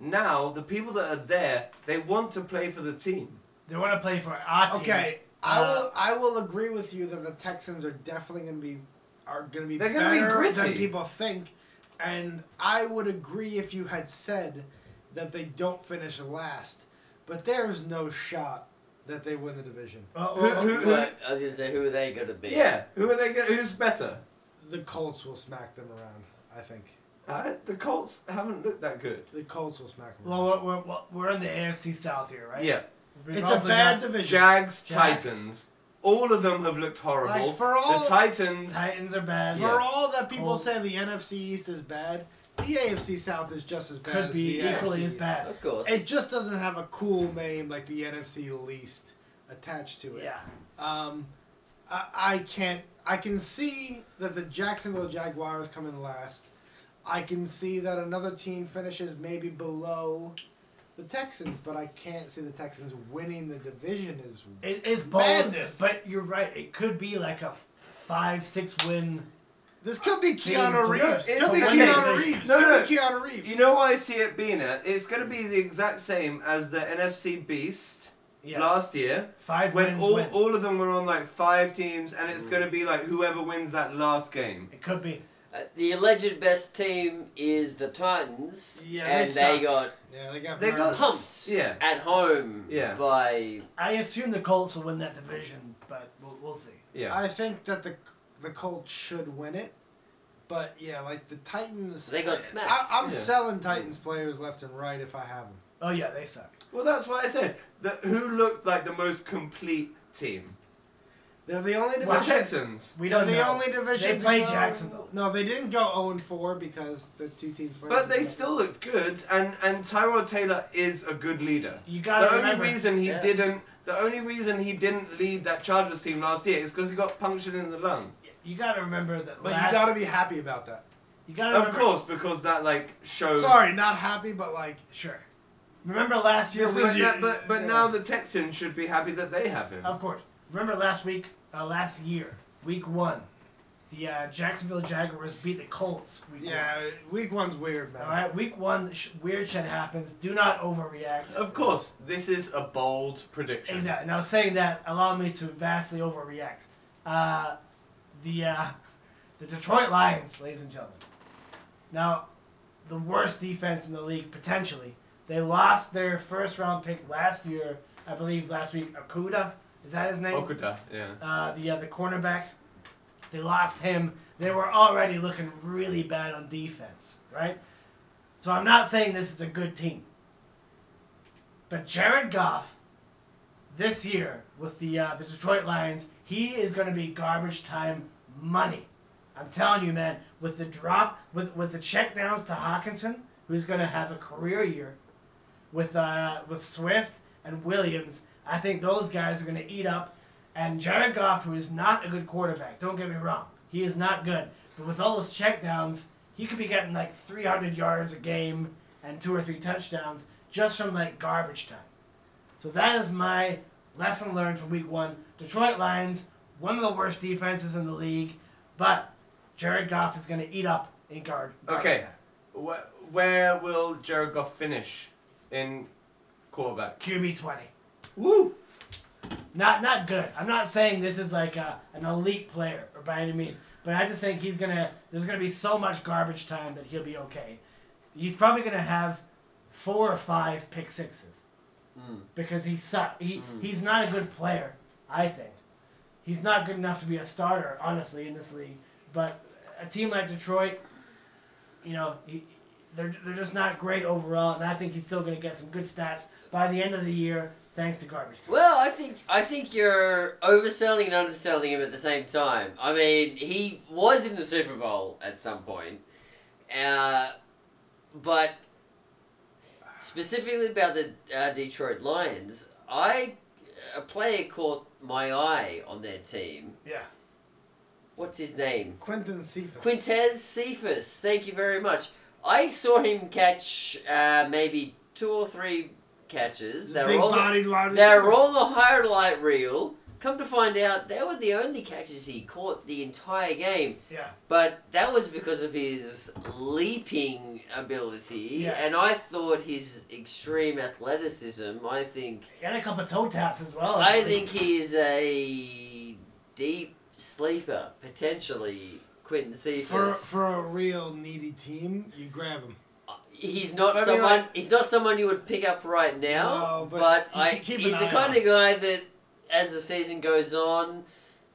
[SPEAKER 4] Now the people that are there, they want to play for the team.
[SPEAKER 2] They want to play for our team.
[SPEAKER 1] Okay, I
[SPEAKER 2] Uh,
[SPEAKER 1] will I will agree with you that the Texans are definitely going to be are going to be
[SPEAKER 4] They're
[SPEAKER 1] better
[SPEAKER 4] gonna be
[SPEAKER 1] than
[SPEAKER 4] gritty.
[SPEAKER 1] people think, and I would agree if you had said that they don't finish last, but there's no shot that they win the division.
[SPEAKER 2] Uh,
[SPEAKER 4] Who-
[SPEAKER 2] uh,
[SPEAKER 4] who-
[SPEAKER 3] Well, I was gonna say who are they gonna be?
[SPEAKER 4] Yeah, who are they? Gonna, who's better?
[SPEAKER 1] The Colts will smack them around. I think
[SPEAKER 4] Uh, the Colts haven't looked that good.
[SPEAKER 1] the Colts will smack them. around.
[SPEAKER 2] well, we're, we're, we're in the AFC South here, right?
[SPEAKER 4] Yeah,
[SPEAKER 2] We've
[SPEAKER 1] It's a
[SPEAKER 2] also
[SPEAKER 1] bad
[SPEAKER 2] got
[SPEAKER 1] division.
[SPEAKER 4] Jags,
[SPEAKER 2] Jags.
[SPEAKER 4] Titans, all of them have looked horrible.
[SPEAKER 1] Like, for all-
[SPEAKER 4] the Titans,
[SPEAKER 2] Titans are bad.
[SPEAKER 1] For
[SPEAKER 4] Yeah.
[SPEAKER 1] all that people
[SPEAKER 2] Colts.
[SPEAKER 1] say the NFC East is bad, the AFC South is just as bad
[SPEAKER 2] Could
[SPEAKER 1] as
[SPEAKER 2] be
[SPEAKER 1] the
[SPEAKER 2] equally
[SPEAKER 1] NFC
[SPEAKER 2] as
[SPEAKER 1] East.
[SPEAKER 2] bad.
[SPEAKER 3] of course.
[SPEAKER 1] It just doesn't have a cool name like the NFC least attached to it.
[SPEAKER 2] Yeah.
[SPEAKER 1] Um, I, I can't. I can see that the Jacksonville Jaguars come in last. I can see that another team finishes maybe below the Texans, but I can't see the Texans winning the division. Is
[SPEAKER 2] It, it's bold,
[SPEAKER 1] Madness.
[SPEAKER 2] but you're right. It could be like a five, six win.
[SPEAKER 1] this could be Keanu
[SPEAKER 2] Dude,
[SPEAKER 1] Reeves?
[SPEAKER 4] it's
[SPEAKER 1] Could be
[SPEAKER 4] a
[SPEAKER 2] one-day
[SPEAKER 1] Keanu
[SPEAKER 2] division.
[SPEAKER 1] Reeves.
[SPEAKER 4] No,
[SPEAKER 1] Could be Keanu Reeves.
[SPEAKER 4] You know why I see it being at? It's going to be the exact same as the NFC Beast
[SPEAKER 2] Yes.
[SPEAKER 4] last year,
[SPEAKER 2] five
[SPEAKER 4] when
[SPEAKER 2] wins.
[SPEAKER 4] all,
[SPEAKER 2] win.
[SPEAKER 4] all of them were on like five teams, and it's going to be like whoever wins that last game.
[SPEAKER 2] It could be.
[SPEAKER 3] Uh, the alleged best team is the Titans,
[SPEAKER 1] Yeah, they
[SPEAKER 3] and they,
[SPEAKER 1] suck.
[SPEAKER 3] got
[SPEAKER 1] Yeah, they got.
[SPEAKER 4] They got
[SPEAKER 1] murdered.
[SPEAKER 3] pumped
[SPEAKER 4] Yeah.
[SPEAKER 3] at home
[SPEAKER 4] Yeah.
[SPEAKER 3] by
[SPEAKER 2] I assume the Colts will win that division, but we'll, we'll see.
[SPEAKER 4] Yeah.
[SPEAKER 1] I think that the the Colts should win it, but yeah, like the Titans.
[SPEAKER 3] They got smacked.
[SPEAKER 1] I, I'm
[SPEAKER 4] Yeah.
[SPEAKER 1] selling Titans players left and right if I have them.
[SPEAKER 2] Oh yeah, they suck.
[SPEAKER 4] Well, that's why I said that who looked like the most complete team?
[SPEAKER 1] They're the only
[SPEAKER 4] The
[SPEAKER 2] Well,
[SPEAKER 1] division.
[SPEAKER 4] Texans.
[SPEAKER 2] We
[SPEAKER 1] they're
[SPEAKER 2] don't
[SPEAKER 1] the
[SPEAKER 2] know.
[SPEAKER 1] only division.
[SPEAKER 2] They
[SPEAKER 1] to
[SPEAKER 2] play
[SPEAKER 1] go-
[SPEAKER 2] Jacksonville.
[SPEAKER 1] No, they didn't go 0 and 4 because the two teams. played
[SPEAKER 4] But they
[SPEAKER 1] together.
[SPEAKER 4] still looked good, and, and Tyrod Taylor is a good leader.
[SPEAKER 2] You
[SPEAKER 4] The
[SPEAKER 2] gotta
[SPEAKER 4] only
[SPEAKER 2] remember.
[SPEAKER 4] reason he
[SPEAKER 3] Yeah.
[SPEAKER 4] didn't, the only reason he didn't lead that Chargers team last year is because he got punctured in the lung.
[SPEAKER 2] You gotta remember that.
[SPEAKER 1] But you
[SPEAKER 2] last,
[SPEAKER 1] gotta be happy about that.
[SPEAKER 2] You gotta
[SPEAKER 4] Of
[SPEAKER 2] remember-
[SPEAKER 4] course, because that like showed.
[SPEAKER 1] Sorry, not happy, but like
[SPEAKER 2] Sure. Remember last year.
[SPEAKER 1] This
[SPEAKER 2] we-
[SPEAKER 4] But,
[SPEAKER 1] is your-
[SPEAKER 4] that, but, but now the Texans should be happy that they have him.
[SPEAKER 2] Of course. Remember last week, uh, last year, week one, the uh, Jacksonville Jaguars beat the Colts. Week
[SPEAKER 1] yeah, week one's weird, man.
[SPEAKER 2] One. All right, week one, sh- weird shit happens. Do not overreact.
[SPEAKER 4] Of course, this is a bold prediction.
[SPEAKER 2] Exactly. Now saying that allowed me to vastly overreact. Uh, the uh, the Detroit Lions, ladies and gentlemen. Now, the worst defense in the league potentially. They lost their first round pick last year, I believe last week. Akuda, is that his name?
[SPEAKER 4] Okuda, yeah.
[SPEAKER 2] uh, the uh, the cornerback. They lost him. They were already looking really bad on defense, right? So I'm not saying this is a good team. But Jared Goff, this year with the uh, the Detroit Lions, he is going to be garbage time money. I'm telling you, man. With the drop, with with the checkdowns to Hawkinson, who's going to have a career year, with uh, with Swift and Williams, I think those guys are going to eat up. And Jared Goff, who is not a good quarterback, don't get me wrong, he is not good. But with all those checkdowns, he could be getting like 300 yards a game and two or three touchdowns just from like garbage time. So that is my lesson learned from Week One. Detroit Lions, one of the worst defenses in the league, but Jared Goff is going to eat up in guard. garbage
[SPEAKER 4] Okay.
[SPEAKER 2] time.
[SPEAKER 4] Wh- where will Jared Goff finish in quarterback?
[SPEAKER 2] QB 20.
[SPEAKER 4] Woo!
[SPEAKER 2] Not not good. I'm not saying this is like a, an elite player or by any means, but I just think he's gonna. There's gonna be so much garbage time that he'll be okay. he's probably going to have four or five pick sixes
[SPEAKER 3] Mm.
[SPEAKER 2] because he suck. He,
[SPEAKER 3] Mm.
[SPEAKER 2] He's not a good player, I think. He's not good enough to be a starter, honestly, in this league. But a team like Detroit, you know, he, they're, they're just not great overall, and I think he's still going to get some good stats by the end of the year thanks to garbage. time.
[SPEAKER 3] Well, I think I think you're overselling and underselling him at the same time. I mean, he was in the Super Bowl at some point, uh, but specifically about the uh, Detroit Lions, I a player caught my eye on their team.
[SPEAKER 2] Yeah.
[SPEAKER 3] What's his name?
[SPEAKER 1] Quentin Cephas.
[SPEAKER 3] Quintez Cephas. Thank you very much. I saw him catch uh, maybe two or three catches. They were
[SPEAKER 1] Big
[SPEAKER 3] all
[SPEAKER 1] bodied wide
[SPEAKER 3] they were
[SPEAKER 1] receiver.
[SPEAKER 3] on the highlight reel. Come to find out, they were the only catches he caught the entire game.
[SPEAKER 2] Yeah.
[SPEAKER 3] But that was because of his leaping ability,
[SPEAKER 2] Yeah.
[SPEAKER 3] and I thought his extreme athleticism. I think
[SPEAKER 2] And a couple toe taps as
[SPEAKER 1] Oh,
[SPEAKER 2] well.
[SPEAKER 3] I think he is a deep sleeper potentially. Quentin
[SPEAKER 1] For,
[SPEAKER 3] Cephas.
[SPEAKER 1] for a real needy team, you grab him.
[SPEAKER 3] he's not
[SPEAKER 1] But I mean,
[SPEAKER 3] someone.
[SPEAKER 1] like-
[SPEAKER 3] he's not someone you would pick up right now.
[SPEAKER 1] No, but you
[SPEAKER 3] I,
[SPEAKER 1] should keep an
[SPEAKER 3] he's the
[SPEAKER 1] eye
[SPEAKER 3] kind
[SPEAKER 1] on.
[SPEAKER 3] of guy that, as the season goes on,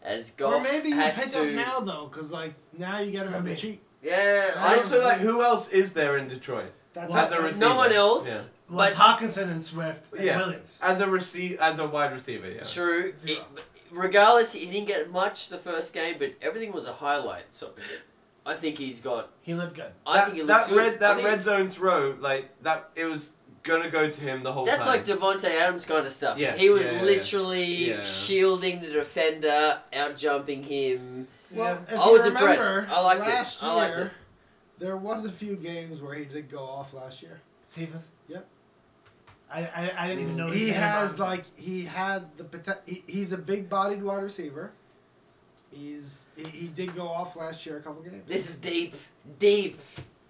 [SPEAKER 3] as golf
[SPEAKER 1] or maybe you
[SPEAKER 3] has
[SPEAKER 1] pick
[SPEAKER 3] to.
[SPEAKER 1] up now though, because like now you get him for
[SPEAKER 2] Could
[SPEAKER 1] the
[SPEAKER 2] be.
[SPEAKER 1] cheap.
[SPEAKER 3] Yeah,
[SPEAKER 4] And
[SPEAKER 3] I,
[SPEAKER 1] Well,
[SPEAKER 4] also, like, who else is there in Detroit?
[SPEAKER 1] That's
[SPEAKER 2] Well,
[SPEAKER 1] how
[SPEAKER 4] As a
[SPEAKER 1] that-
[SPEAKER 4] receiver.
[SPEAKER 3] no one else.
[SPEAKER 2] Well, it's
[SPEAKER 3] But
[SPEAKER 2] Hawkinson and Swift and
[SPEAKER 4] Yeah.
[SPEAKER 2] Williams.
[SPEAKER 4] As a receive, as a wide receiver, yeah.
[SPEAKER 3] true.
[SPEAKER 2] Zero.
[SPEAKER 3] it- regardless, he didn't get much the first game, but everything was a highlight. So, I think he's got.
[SPEAKER 2] He looked good.
[SPEAKER 3] I
[SPEAKER 4] that,
[SPEAKER 3] think he
[SPEAKER 4] that
[SPEAKER 3] looks good.
[SPEAKER 4] red
[SPEAKER 3] I
[SPEAKER 4] that
[SPEAKER 3] think-
[SPEAKER 4] red zone throw, like that, it was gonna go to him the whole
[SPEAKER 3] That's
[SPEAKER 4] time.
[SPEAKER 3] like Devonte Adams kind of stuff.
[SPEAKER 4] Yeah,
[SPEAKER 3] he was
[SPEAKER 4] yeah, yeah, yeah.
[SPEAKER 3] literally
[SPEAKER 4] Yeah.
[SPEAKER 3] shielding the defender, out jumping him.
[SPEAKER 1] Well,
[SPEAKER 2] Yeah.
[SPEAKER 1] if
[SPEAKER 3] I
[SPEAKER 1] you
[SPEAKER 3] was
[SPEAKER 1] remember,
[SPEAKER 3] impressed. I liked it.
[SPEAKER 1] last
[SPEAKER 3] I liked
[SPEAKER 1] year,
[SPEAKER 3] it.
[SPEAKER 1] There was a few games where he did go off last year.
[SPEAKER 2] Cephas?
[SPEAKER 1] Yep.
[SPEAKER 2] I, I, I didn't even
[SPEAKER 3] Mm.
[SPEAKER 2] know
[SPEAKER 1] He
[SPEAKER 2] was
[SPEAKER 1] has
[SPEAKER 2] gonna-
[SPEAKER 1] like he had the poten- he, He's a big-bodied wide receiver. He's he, he did go off last year a couple games.
[SPEAKER 3] This is deep, deep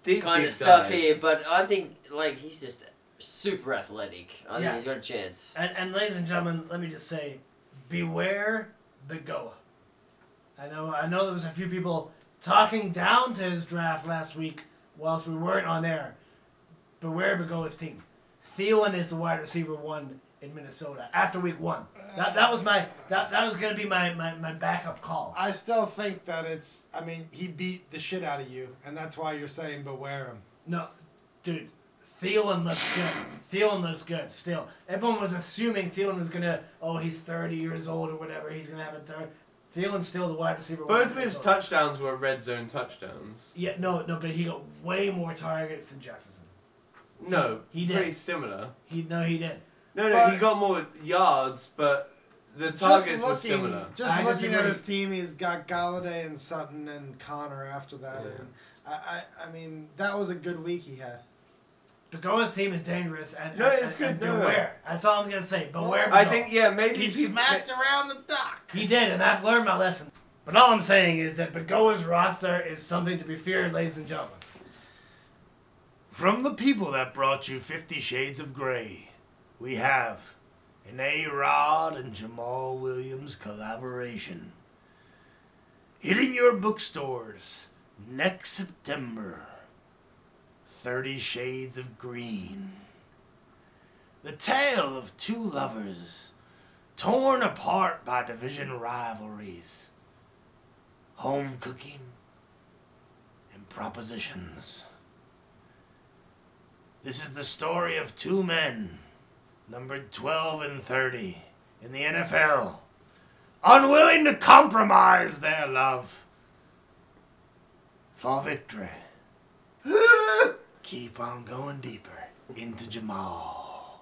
[SPEAKER 4] deep,
[SPEAKER 3] kind
[SPEAKER 4] deep
[SPEAKER 3] of stuff
[SPEAKER 4] dive.
[SPEAKER 3] here, but I think like he's just super athletic. I
[SPEAKER 2] Yeah.
[SPEAKER 3] think he's got a chance.
[SPEAKER 2] And, and ladies and gentlemen, let me just say, beware Bagoa. I know I know there was a few people talking down to his draft last week whilst we weren't on air. Beware Bagoa's team. Thielen is the wide receiver one in Minnesota after week one. That, that was my that, that was gonna be my, my, my backup call.
[SPEAKER 1] I still think that it's. I mean, he beat the shit out of you, and that's why you're saying beware him.
[SPEAKER 2] No, dude, Thielen looks good. Thielen looks good still. Everyone was assuming Thielen was gonna, oh, he's thirty years old or whatever. He's gonna have a third. Thielen's still the wide receiver. one
[SPEAKER 4] Both of
[SPEAKER 2] for
[SPEAKER 4] his
[SPEAKER 2] Minnesota.
[SPEAKER 4] touchdowns were red zone touchdowns.
[SPEAKER 2] Yeah, no, no, but he got way more targets than Jefferson.
[SPEAKER 4] No,
[SPEAKER 2] He did.
[SPEAKER 4] pretty similar.
[SPEAKER 2] He no, he did.
[SPEAKER 4] No, no,
[SPEAKER 1] But-
[SPEAKER 4] he got more yards, but the targets
[SPEAKER 1] just
[SPEAKER 4] were
[SPEAKER 1] looking,
[SPEAKER 4] similar.
[SPEAKER 1] just
[SPEAKER 2] I
[SPEAKER 1] looking at
[SPEAKER 2] disagree.
[SPEAKER 1] his team, he's got Galladay and Sutton and Connor after that.
[SPEAKER 4] Yeah.
[SPEAKER 1] And I, I, I mean, that was a good week he had.
[SPEAKER 2] Bagoa's team is dangerous, and
[SPEAKER 4] No,
[SPEAKER 2] and-
[SPEAKER 4] it's
[SPEAKER 2] and-
[SPEAKER 4] good,
[SPEAKER 2] and
[SPEAKER 4] no.
[SPEAKER 2] beware. That's all I'm gonna say. Beware.
[SPEAKER 4] I
[SPEAKER 2] Bagoa.
[SPEAKER 4] think, yeah, maybe
[SPEAKER 1] He
[SPEAKER 4] people-
[SPEAKER 1] smacked around the dock.
[SPEAKER 2] He did, and I've learned my lesson. But all I'm saying is that Bagoa's roster is something to be feared, ladies and gentlemen.
[SPEAKER 5] From the people that brought you Fifty Shades of Grey, we have an A Rod and Jamal Williams collaboration. Hitting your bookstores next September. 30 Shades of Green. The tale of two lovers torn apart by division rivalries, home cooking, and propositions. This is the story of two men, numbered 12 and 30, in the NFL, unwilling to compromise their love for victory. Keep on going deeper into Jamal.